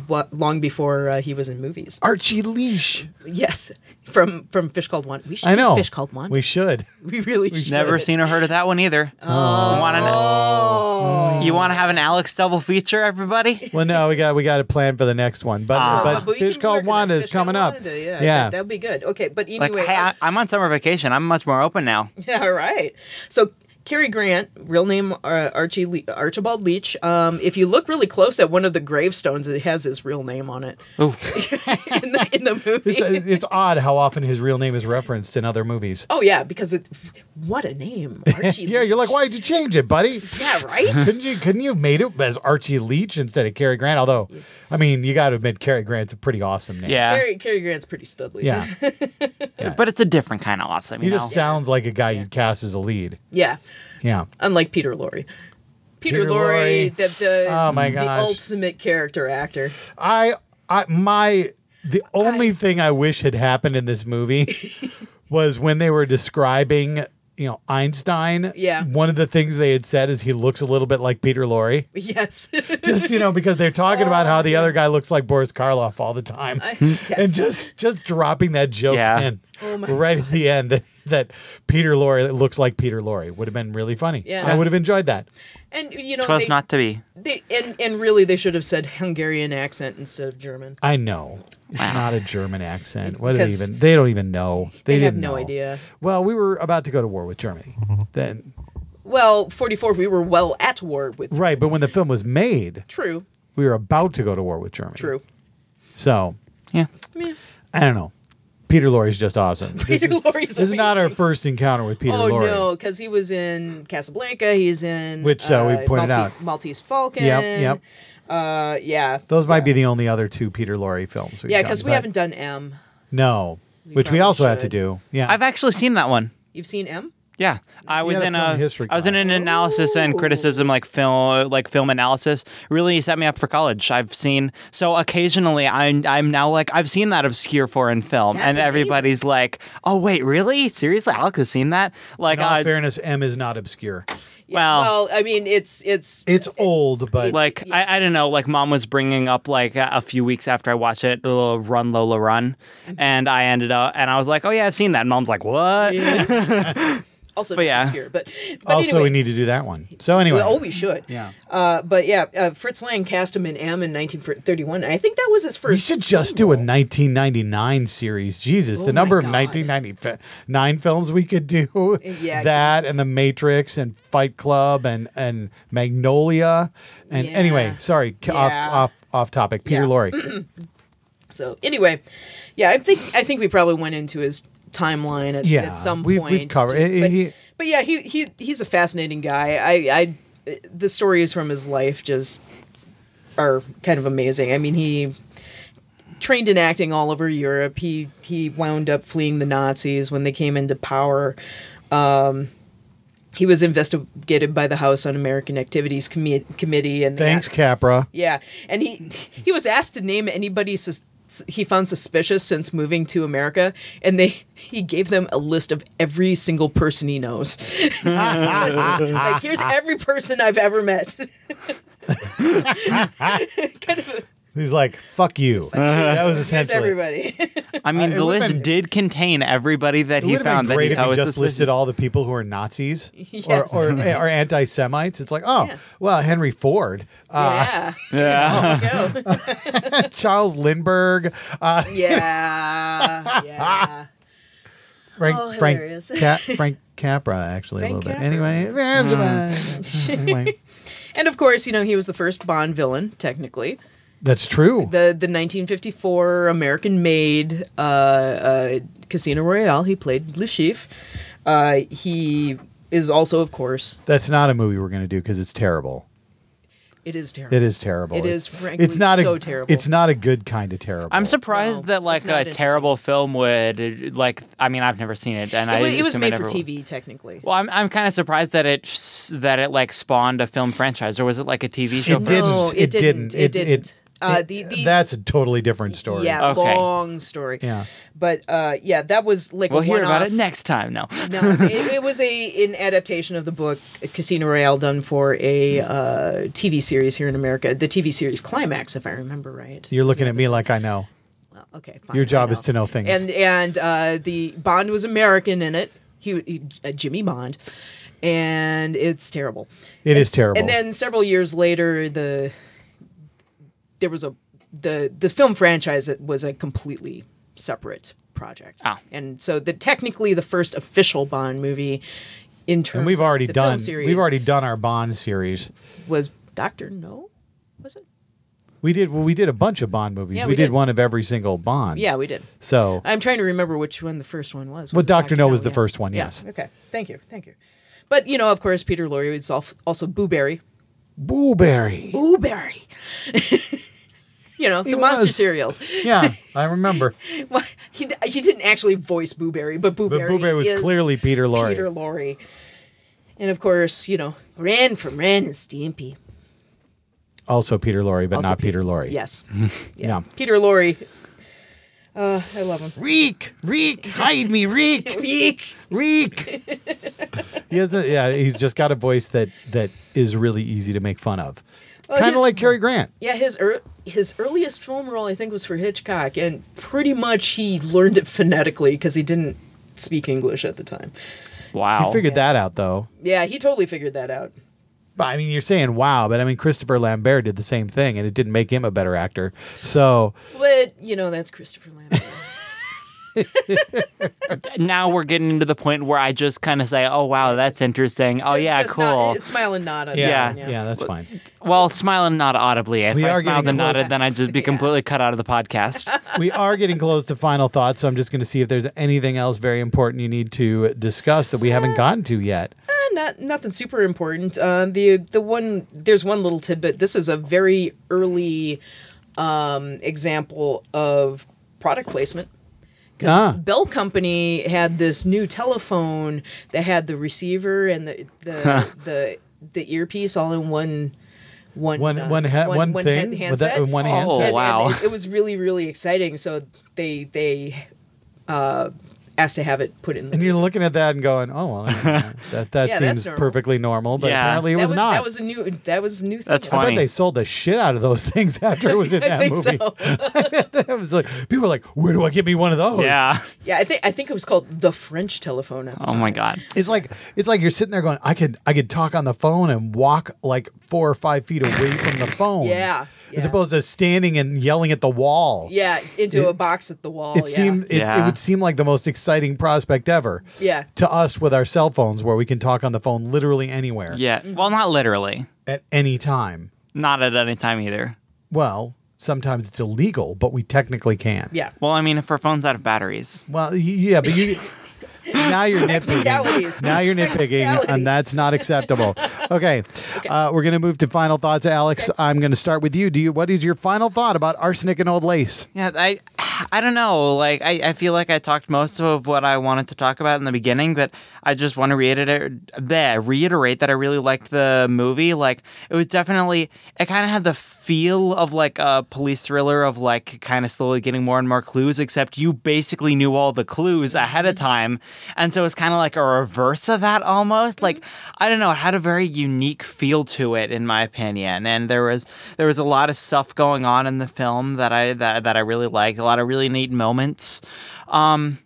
Speaker 3: What long before uh, he was in movies?
Speaker 2: Archie Leash.
Speaker 3: Yes, from from Fish Called Wanda. We should
Speaker 2: I know.
Speaker 3: do Fish Called Wanda.
Speaker 2: We should.
Speaker 3: We really should.
Speaker 5: never seen or heard of that one either. Oh,
Speaker 3: Oh.
Speaker 2: Mm.
Speaker 5: you want to have an Alex double feature, everybody?
Speaker 2: Well, no, we got we got a plan for the next one, but but,
Speaker 3: Ah. Oh, we
Speaker 2: Fish
Speaker 3: can
Speaker 2: Called
Speaker 3: work on
Speaker 2: Wanda
Speaker 3: that.
Speaker 2: is
Speaker 3: Fish Called
Speaker 2: coming up.
Speaker 3: Wanda, yeah,
Speaker 2: yeah.
Speaker 3: That, that'd be good. Okay, but
Speaker 5: Like,
Speaker 3: anyway,
Speaker 5: hey,
Speaker 3: uh,
Speaker 5: I, I'm on summer vacation. I'm much more open now.
Speaker 3: Yeah, all right. So Cary Grant, real name uh, Archie Le- Archibald Leach. Um, if you look really close at one of the gravestones, it has his real name on it
Speaker 5: Ooh.
Speaker 2: Oh.
Speaker 3: in the in the movie.
Speaker 2: it's, it's odd how often his real name is referenced in other movies.
Speaker 3: Oh yeah, because it. What a name, Archie.
Speaker 2: Yeah, you're like, why'd you change it, buddy?
Speaker 3: Yeah, right.
Speaker 2: Couldn't you couldn't you have made it as Archie Leach instead of Cary Grant? Although, I mean, you got to admit Cary Grant's a pretty awesome name.
Speaker 5: Yeah,
Speaker 3: Cary, Cary Grant's pretty studly.
Speaker 2: yeah.
Speaker 5: but it's a different kind of awesome.
Speaker 2: He
Speaker 5: You know?
Speaker 2: just sounds like a guy you'd cast as a lead.
Speaker 3: Yeah.
Speaker 2: Yeah.
Speaker 3: Unlike Peter Lorre. Peter,
Speaker 2: Peter
Speaker 3: Lorre,
Speaker 2: Lorre.
Speaker 3: the the,
Speaker 2: Oh, my
Speaker 3: the
Speaker 2: gosh.
Speaker 3: ultimate character actor.
Speaker 2: I I my the only thing I wish had happened in this movie was when they were describing you know Einstein.
Speaker 3: Yeah.
Speaker 2: One of the things they had said is he looks a little bit like Peter Lorre.
Speaker 3: Yes.
Speaker 2: Just you know because they're talking about how
Speaker 3: Oh,
Speaker 2: the other guy looks like Boris Karloff all the time,
Speaker 3: yes.
Speaker 2: and just just dropping that joke
Speaker 5: Yeah.
Speaker 2: in
Speaker 3: Oh, my
Speaker 2: right at the end that that Peter Lorre looks like Peter Lorre would have been really funny.
Speaker 3: Yeah.
Speaker 2: I would have enjoyed that.
Speaker 3: And you know,
Speaker 5: was
Speaker 3: they,
Speaker 5: not to be.
Speaker 3: they and and really they should have said Hungarian accent instead of German.
Speaker 2: I know. It's not a German accent. What do they
Speaker 3: Because
Speaker 2: even? They don't even know. They,
Speaker 3: they have
Speaker 2: didn't
Speaker 3: no
Speaker 2: know.
Speaker 3: idea.
Speaker 2: Well, we were about to go to war with Germany. Then
Speaker 3: Well, 44 we were well at war with.
Speaker 2: right, but when the film was made,
Speaker 3: True.
Speaker 2: we were about to go to war with Germany.
Speaker 3: True.
Speaker 2: So
Speaker 5: Yeah.
Speaker 3: Yeah.
Speaker 2: I don't know. Peter Lorre's just awesome.
Speaker 3: Peter
Speaker 2: this is,
Speaker 3: Lorre's
Speaker 2: this is not our
Speaker 3: amazing.
Speaker 2: first encounter with Peter
Speaker 3: Oh
Speaker 2: Lorre.
Speaker 3: no, because he was in Casablanca. He's in
Speaker 2: Which, uh, we pointed out.
Speaker 3: Maltese Falcon.
Speaker 2: Yep, yep.
Speaker 3: Uh, yeah,
Speaker 2: Those might be the only other two Peter Lorre films. We've
Speaker 3: yeah, because
Speaker 2: done,
Speaker 3: we
Speaker 2: but
Speaker 3: haven't done M.
Speaker 2: No, which we
Speaker 3: probably
Speaker 2: also have to
Speaker 3: should.
Speaker 2: do. Yeah,
Speaker 5: I've actually seen that one.
Speaker 3: You've seen M?
Speaker 5: Yeah, I was
Speaker 2: had a
Speaker 5: in
Speaker 2: film
Speaker 5: a
Speaker 2: history
Speaker 5: I was in
Speaker 2: class.
Speaker 5: an analysis and criticism like film like film analysis. Really set me up for college. I've seen so occasionally I'm I'm now like I've seen that obscure foreign film
Speaker 3: That's
Speaker 5: and
Speaker 3: amazing.
Speaker 5: everybody's like, "Oh wait, really? Seriously? Alex has seen that?" Like
Speaker 2: in all
Speaker 5: uh,
Speaker 2: fairness, M is not obscure.
Speaker 5: well,
Speaker 3: Well, I mean, it's it's
Speaker 2: It's old, but
Speaker 5: like I, I don't know like mom was bringing up like a, a few weeks after i watched it the little run lola run and i ended up and i was like oh yeah i've seen that and mom's like what
Speaker 3: also
Speaker 5: But yeah.
Speaker 3: obscure. But, but
Speaker 2: also
Speaker 3: anyway,
Speaker 2: we need to do that one. So anyway,
Speaker 3: Well, oh, we should.
Speaker 2: Yeah.
Speaker 3: Uh, but yeah, uh, Fritz Lang cast him in M in 1931. I think that was his
Speaker 2: we
Speaker 3: first.
Speaker 2: should just do a 1999 series. Jesus, the
Speaker 3: Oh my
Speaker 2: number of
Speaker 3: God.
Speaker 2: 1999 films we could do.
Speaker 3: Yeah, I
Speaker 2: that and The Matrix and Fight Club and and Magnolia. And
Speaker 3: Yeah.
Speaker 2: anyway, sorry, c- off
Speaker 3: Yeah.
Speaker 2: off off topic. Peter
Speaker 3: Yeah.
Speaker 2: Lorre.
Speaker 3: So anyway, yeah, I think I think we probably went into his timeline at,
Speaker 2: Yeah,
Speaker 3: at some
Speaker 2: we-
Speaker 3: point.
Speaker 2: we've covered-
Speaker 3: to-
Speaker 2: he- he-
Speaker 3: but, but yeah, he he he's a fascinating guy. I I the stories from his life just are kind of amazing. I mean, he trained in acting all over Europe. He he wound up fleeing the Nazis when they came into power. Um, he was investigated by the House on American Activities Commi- Committee, and they
Speaker 2: Thanks, Capra.
Speaker 3: yeah, and he he was asked to name anybody sus- he found suspicious since moving to America, and they he gave them a list of every single person he knows. like here's every person I've ever met. kind of
Speaker 2: He's like, "Fuck you." that was
Speaker 3: here's
Speaker 2: essentially.
Speaker 3: everybody.
Speaker 5: i mean
Speaker 2: Uh, it
Speaker 5: the
Speaker 2: would've
Speaker 5: list
Speaker 2: been-
Speaker 5: did contain everybody that
Speaker 2: It
Speaker 5: he
Speaker 2: would have
Speaker 5: found
Speaker 2: been
Speaker 5: that
Speaker 2: great
Speaker 5: he
Speaker 2: if he
Speaker 5: thought was
Speaker 2: just listed
Speaker 5: suspicious.
Speaker 2: all the people who are Nazis
Speaker 3: Yes.
Speaker 2: or, or, or anti-Semites. It's like, oh,
Speaker 3: Yeah.
Speaker 2: well, Henry Ford, uh,
Speaker 3: yeah.
Speaker 5: yeah
Speaker 3: Go.
Speaker 2: Charles Lindbergh, uh,
Speaker 3: yeah. Yeah.
Speaker 2: Frank,
Speaker 6: Oh,
Speaker 2: Frank,
Speaker 6: hilarious.
Speaker 2: Ca- Frank Capra, actually, a
Speaker 3: Frank
Speaker 2: little
Speaker 3: Capra. Mm.
Speaker 2: bit. Anyway, anyway,
Speaker 3: And of course, you know, he was the first Bond villain, technically.
Speaker 2: that's true.
Speaker 3: the the 1954 American made uh, uh, Casino Royale. He played Le Chiffre. Uh, he is also, of course,
Speaker 2: That's not a movie we're going to do because it's terrible.
Speaker 3: it is terrible.
Speaker 2: It is terrible.
Speaker 3: It is frankly so
Speaker 2: a,
Speaker 3: terrible.
Speaker 2: It's not a good kind of terrible.
Speaker 5: i'm surprised that
Speaker 3: Well,
Speaker 5: like
Speaker 3: it's not
Speaker 5: a
Speaker 3: entertaining.
Speaker 5: terrible film would like i mean i've never seen it and
Speaker 3: It
Speaker 5: i
Speaker 3: was, it was
Speaker 5: assume
Speaker 3: made for
Speaker 5: never will.
Speaker 3: TV, technically.
Speaker 5: well i'm, I'm kind of surprised that it that it like spawned a film franchise or was it like a tv show
Speaker 2: It
Speaker 5: first?
Speaker 2: didn't.
Speaker 3: No, it
Speaker 2: it
Speaker 3: didn't. It didn't. Uh, the- the-
Speaker 2: that's a totally different story. Uh,
Speaker 3: Yeah,
Speaker 5: Okay.
Speaker 3: long story.
Speaker 2: Yeah.
Speaker 3: but uh, yeah, that was like
Speaker 5: we'll
Speaker 3: a
Speaker 5: hear about
Speaker 3: one-off-
Speaker 5: it next time no
Speaker 3: no, it, it was a an adaptation of the book Casino Royale done for a uh, TV series here in America. The TV series Climax, if I remember right.
Speaker 2: You're looking at me like I know.
Speaker 3: Well, okay. Fine,
Speaker 2: Your
Speaker 3: I
Speaker 2: job is to know things.
Speaker 3: And and uh, the Bond was American in it. He, he uh, Jimmy Bond, and it's terrible.
Speaker 2: It is terrible.
Speaker 3: And then several years later, the there was a the the film franchise that was a completely separate project.
Speaker 5: Ah.
Speaker 3: And so the technically the first official Bond movie in terms
Speaker 2: and we've already
Speaker 3: of the
Speaker 2: done
Speaker 3: film series
Speaker 2: we've already done our Bond series.
Speaker 3: was Doctor No, was it?
Speaker 2: We did well, we did a bunch of Bond movies.
Speaker 3: Yeah,
Speaker 2: we,
Speaker 3: we
Speaker 2: did.
Speaker 3: did.
Speaker 2: one of every single Bond.
Speaker 3: Yeah, we did.
Speaker 2: So
Speaker 3: I'm trying to remember which one the first one was.
Speaker 2: Well,
Speaker 3: Was it
Speaker 2: Dr. No was the
Speaker 3: yeah.
Speaker 2: first one,
Speaker 3: Yeah,
Speaker 2: yes.
Speaker 3: Okay. Thank you. Thank you. But, you know, of course, Peter Lorre is alf- also Booberry.
Speaker 2: Booberry.
Speaker 3: Booberry. you know, the monster
Speaker 2: was.
Speaker 3: cereals.
Speaker 2: yeah, I remember.
Speaker 3: Well, he, d- he didn't actually voice Booberry, but
Speaker 2: But
Speaker 3: Booberry,
Speaker 2: Booberry was
Speaker 3: is
Speaker 2: clearly Peter Lorre.
Speaker 3: Peter Lorre. And, of course, you know, Ran from Ran and Stimpy.
Speaker 2: also Peter Lorre, but
Speaker 3: Also
Speaker 2: not Peter Lorre.
Speaker 3: Yes.
Speaker 2: Yeah.
Speaker 3: Peter Lorre. Uh, I love him.
Speaker 2: Reek, reek, hide me, reek,
Speaker 3: Reek.
Speaker 2: reek. he hasn't. Yeah, he's just got a voice that that is really easy to make fun of. kind
Speaker 3: he-
Speaker 2: of like Cary Grant.
Speaker 3: Yeah, his ear his earliest film role I think was for Hitchcock, and pretty much he learned it phonetically because he didn't speak English at the time.
Speaker 4: Wow.
Speaker 2: I figured that out though.
Speaker 3: Yeah, he totally figured that out.
Speaker 2: But I mean, you're saying wow, but I mean, Christopher Lambert did the same thing, and it didn't make him a better actor. So
Speaker 3: But you know, that's Christopher Lambert.
Speaker 4: now we're getting to the point where I just kind of say, "Oh wow, that's interesting. Oh yeah,
Speaker 3: Just nod-
Speaker 4: cool."
Speaker 3: smile and nod. On
Speaker 4: Yeah.
Speaker 3: that one,
Speaker 2: yeah, that's fine.
Speaker 4: well, smile and nod audibly. If
Speaker 2: We
Speaker 4: I
Speaker 2: are
Speaker 4: smiled
Speaker 2: getting
Speaker 4: and
Speaker 2: close.
Speaker 4: nodded, then I'd just be completely cut out of the podcast.
Speaker 2: we are getting close to final thoughts, so I'm just going to see if there's anything else very important you need to discuss that we haven't gotten to yet.
Speaker 3: Eh, not nothing super important. Uh, the the one there's one little tidbit. This is a very early um, example of product placement. Because
Speaker 2: Ah.
Speaker 3: Bell Company had this new telephone that had the receiver and the the the, the earpiece all in one one
Speaker 2: One- one he- one thing?
Speaker 3: hand-
Speaker 2: Was that
Speaker 3: handset.
Speaker 2: one e-
Speaker 3: Oh,
Speaker 2: handset?
Speaker 3: and- and
Speaker 4: wow.
Speaker 3: it, it was really really exciting. So they they uh, asked to have it put in. The
Speaker 2: And you're looking at that and going, "Oh well, that, that, that
Speaker 3: Yeah, that's
Speaker 2: seems
Speaker 3: normal.
Speaker 2: perfectly normal," but
Speaker 4: Yeah.
Speaker 2: apparently it
Speaker 3: that
Speaker 2: was, not.
Speaker 3: That was a new. That was a new. Thing.
Speaker 4: That's
Speaker 2: I
Speaker 3: I
Speaker 4: funny.
Speaker 2: bet they sold the shit out of those things after it was in that
Speaker 3: think
Speaker 2: movie.
Speaker 3: so.
Speaker 2: it was like people were like, "Where do I get me one of those?"
Speaker 4: yeah.
Speaker 3: Yeah, I think I think it was called the French telephone. At the
Speaker 4: Oh my god.
Speaker 2: It's like it's like you're sitting there going, I could I could talk on the phone and walk like four or five feet away from the phone.
Speaker 3: Yeah,
Speaker 2: As
Speaker 3: yeah.
Speaker 2: opposed to standing and yelling at the wall.
Speaker 3: Yeah, into a box at the wall.
Speaker 2: It
Speaker 3: Oh, yeah.
Speaker 2: seemed it, it
Speaker 4: Yeah.
Speaker 2: would seem like the most exciting prospect ever.
Speaker 3: Yeah.
Speaker 2: To us with our cell phones where we can talk on the phone literally anywhere.
Speaker 4: Yeah. Well, not literally.
Speaker 2: At any time.
Speaker 4: Not at any time either.
Speaker 2: Well, sometimes it's illegal, but we technically can.
Speaker 3: yeah.
Speaker 4: Well, I mean, if our phone's out of batteries.
Speaker 2: Well, y- yeah, but you now you're
Speaker 3: Technicalities.
Speaker 2: nitpicking. Now you're nitpicking,
Speaker 3: Technicalities.
Speaker 2: and that's not acceptable. Okay, Uh, we're gonna move to final thoughts, Alex. I'm gonna start with you. Do you? What is your final thought about arsenic and old lace?
Speaker 4: Yeah, I I don't know. Like I, I feel like I talked most of what I wanted to talk about in the beginning, but I just want to reiterate there reiterate that I really liked the movie. Like it was definitely it kind of had the feel of like a police thriller of like kind of slowly getting more and more clues, except you basically knew all the clues ahead of time. And so it's kind of like a reverse of that almost. Like I don't know, it had a very unique feel to it in my opinion. And there was there was a lot of stuff going on in the film that I that, that I really liked, a lot of really neat moments. Um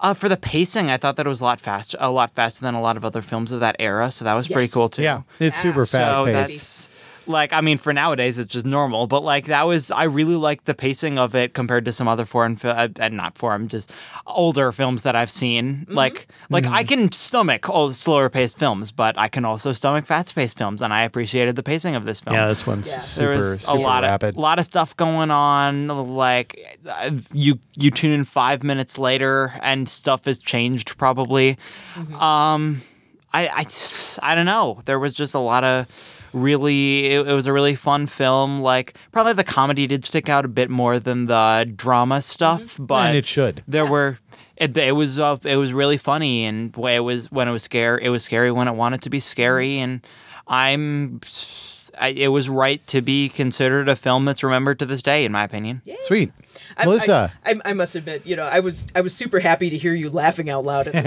Speaker 4: uh, for the pacing, I thought that it was a lot faster, a lot faster than a lot of other films of that era. So that was pretty
Speaker 3: Yes.
Speaker 4: cool too
Speaker 2: Yeah, it's super fast
Speaker 4: so
Speaker 2: paced.
Speaker 4: that's like I mean for nowadays it's just normal, but like that was I really liked the pacing of it compared to some other foreign fi- uh, and not foreign just older films that I've seen. Like like
Speaker 2: Mm-hmm.
Speaker 4: I can stomach all the slower paced films, but I can also stomach fast paced films, and I appreciated the pacing of this film.
Speaker 2: Yeah, this one's
Speaker 3: Yeah.
Speaker 2: super
Speaker 4: there was
Speaker 2: super
Speaker 4: a lot
Speaker 2: rapid.
Speaker 4: of lot of stuff going on. Like uh, you you tune in five minutes later, and stuff has changed probably. Um, I, I s- I don't know. There was just a lot of really. It, it was a really fun film. Like probably the comedy did stick out a bit more than the drama stuff, but
Speaker 2: and it should.
Speaker 4: there were it, it was uh, it was really funny and way it was when it was scary it was scary when it wanted to be scary
Speaker 3: Mm-hmm.
Speaker 4: and I'm I, it was right to be considered a film that's remembered to this day in my opinion.
Speaker 2: Sweet,
Speaker 3: I,
Speaker 2: Melissa.
Speaker 3: I, I, I must admit, you know, I was I was super happy to hear you laughing out loud at the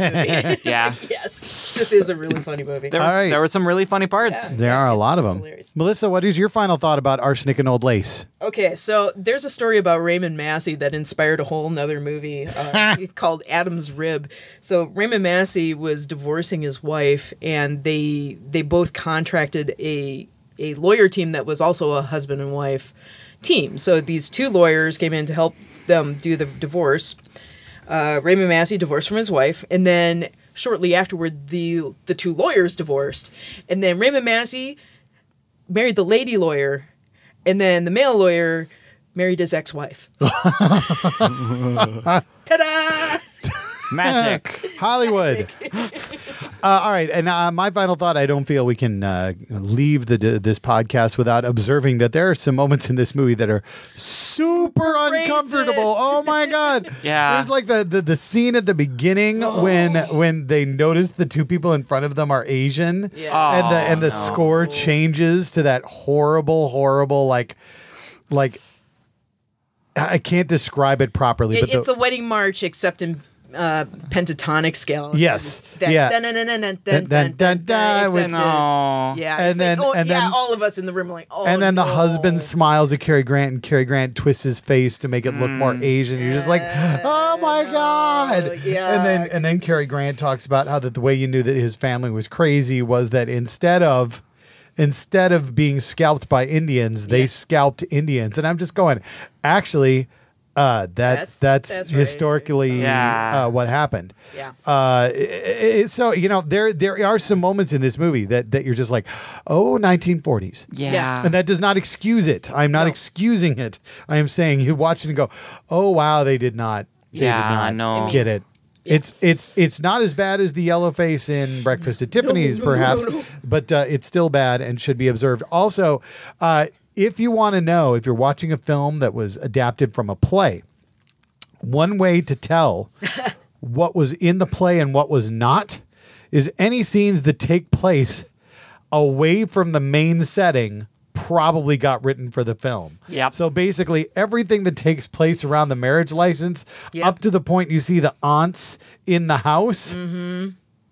Speaker 3: movie.
Speaker 4: Yeah.
Speaker 3: yes, this is a really funny movie.
Speaker 4: There was,
Speaker 2: right.
Speaker 4: there were some really funny parts.
Speaker 3: Yeah.
Speaker 2: there are a lot of
Speaker 3: it's
Speaker 2: them.
Speaker 3: hilarious.
Speaker 2: Melissa, what is your final thought about arsenic and old lace?
Speaker 3: Okay, so there's a story about Raymond Massey that inspired a whole nother movie uh, called Adam's Rib. So Raymond Massey was divorcing his wife, and they they both contracted a a lawyer team that was also a husband and wife team. So these two lawyers came in to help them do the divorce. Uh, Raymond Massey divorced from his wife, and then shortly afterward, the the two lawyers divorced, and then Raymond Massey married the lady lawyer, and then the male lawyer married his ex-wife. Ta-da!
Speaker 4: Magic.
Speaker 2: Hollywood. uh, all right, and uh, my final thought: I don't feel we can uh, leave the this podcast without observing that there are some moments in this movie that are super uncomfortable.
Speaker 3: Racist.
Speaker 2: Oh my god!
Speaker 4: Yeah.
Speaker 2: there's like the, the the scene at the beginning
Speaker 3: Oh.
Speaker 2: when when they notice the two people in front of them are Asian,
Speaker 3: Yeah.
Speaker 2: and the and the
Speaker 4: Oh, no.
Speaker 2: score changes to that horrible, horrible like like. I I can't describe it properly,
Speaker 3: It-
Speaker 2: but the,
Speaker 3: it's the wedding march, except in uh, pentatonic scale.
Speaker 2: Yes.
Speaker 3: That,
Speaker 2: Yeah.
Speaker 3: Dun, dun, dun, dun, dun, dun,
Speaker 2: dun,
Speaker 3: dun,
Speaker 2: dun,
Speaker 3: dun,
Speaker 2: dun,
Speaker 3: dun,
Speaker 2: with-
Speaker 3: except
Speaker 5: No.
Speaker 3: it's- Yeah.
Speaker 2: And
Speaker 3: it's like,
Speaker 2: then-
Speaker 3: oh,
Speaker 2: and
Speaker 3: yeah,
Speaker 2: then-
Speaker 3: all of us in the room are like, oh.
Speaker 2: and then the
Speaker 3: no.
Speaker 2: husband smiles at Cary Grant, and Cary Grant twists his face to make it look
Speaker 5: Mm.
Speaker 2: more Asian. You're just like, oh my god!
Speaker 3: yeah.
Speaker 2: And then and then Cary Grant talks about how that the way you knew that his family was crazy was that instead of instead of being scalped by Indians, they scalped Indians. And I'm just going, actually, uh, that's
Speaker 3: That's-
Speaker 2: that's,
Speaker 3: that's right.
Speaker 2: historically
Speaker 5: Yeah.
Speaker 2: uh, what happened.
Speaker 3: Yeah.
Speaker 2: Uh, it- it- so you know there there are some moments in this movie that that you're just like, oh, 1940s.
Speaker 5: Yeah.
Speaker 3: Yeah.
Speaker 2: And that does not excuse it. I'm not
Speaker 3: No.
Speaker 2: excusing it. I am saying you watch it and go, "Oh wow, they did not. They
Speaker 5: Yeah,
Speaker 2: did not
Speaker 5: no.
Speaker 2: get it." It's it's it's not as bad as the yellow face in Breakfast at Tiffany's, perhaps, but uh, it's still bad and should be observed. Also, uh, if you want to know if you're watching a film that was adapted from a play, one way to tell what was in the play and what was not is any scenes that take place away from the main setting probably got written for the film.
Speaker 5: Yep.
Speaker 2: So basically everything that takes place around the marriage license
Speaker 3: Yep.
Speaker 2: up to the point you see the aunts in the house
Speaker 3: Mm-hmm.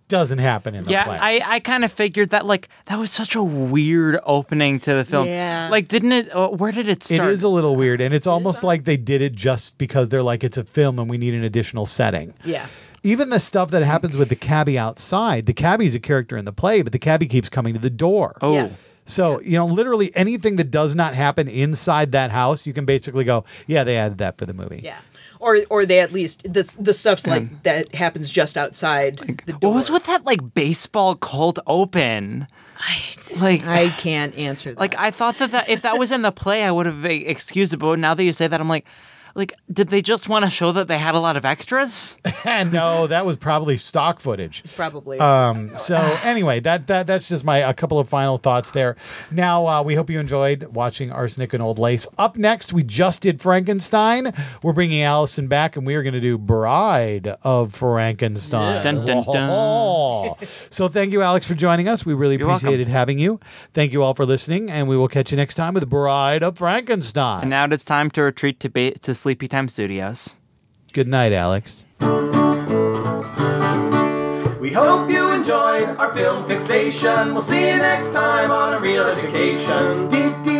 Speaker 2: doesn't happen in the
Speaker 5: Yeah,
Speaker 2: play.
Speaker 5: I, I kind of figured that like that was such a weird opening to the film.
Speaker 3: Yeah.
Speaker 5: Like, didn't it? uh, Where did it
Speaker 2: it
Speaker 5: start?
Speaker 2: is a little weird and it's almost like they did it just because they're like it's a film and we need an additional setting.
Speaker 3: Yeah.
Speaker 2: Even the stuff that happens with the cabbie outside, the cabbie's a character in the play, but the cabbie keeps coming to the door.
Speaker 5: oh,
Speaker 3: Yeah.
Speaker 2: So, you know, literally anything that does not happen inside that house, you can basically go, yeah, they added that for the movie.
Speaker 3: Yeah. Or, or they at least the the stuff's like that happens just outside the door.
Speaker 5: what was with that like baseball cold open? Like,
Speaker 3: I can't answer that.
Speaker 5: like I thought that, that if that was in the play, I would have e- excused it. But now that you say that, I'm like, like, did they just want to show that they had a lot of extras?
Speaker 2: And no, that was probably stock footage.
Speaker 3: probably.
Speaker 2: Um, so anyway, that, that that's just my a couple of final thoughts there. Now uh, we hope you enjoyed watching Arsenic and Old Lace. Up next, we just did Frankenstein. We're bringing Allison back, and we are going to do Bride of Frankenstein.
Speaker 5: Dun, dun, dun.
Speaker 2: so thank you, Alex, for joining us. We really
Speaker 5: welcome.
Speaker 2: appreciated having you. Thank you all for listening, and we will catch you next time with Bride of Frankenstein.
Speaker 5: And now it's time to retreat to ba- to Sleepy Time Studios.
Speaker 2: Good night, Alex.
Speaker 1: We hope you enjoyed our film fixation. We'll see you next time on A Real Education. Dee dee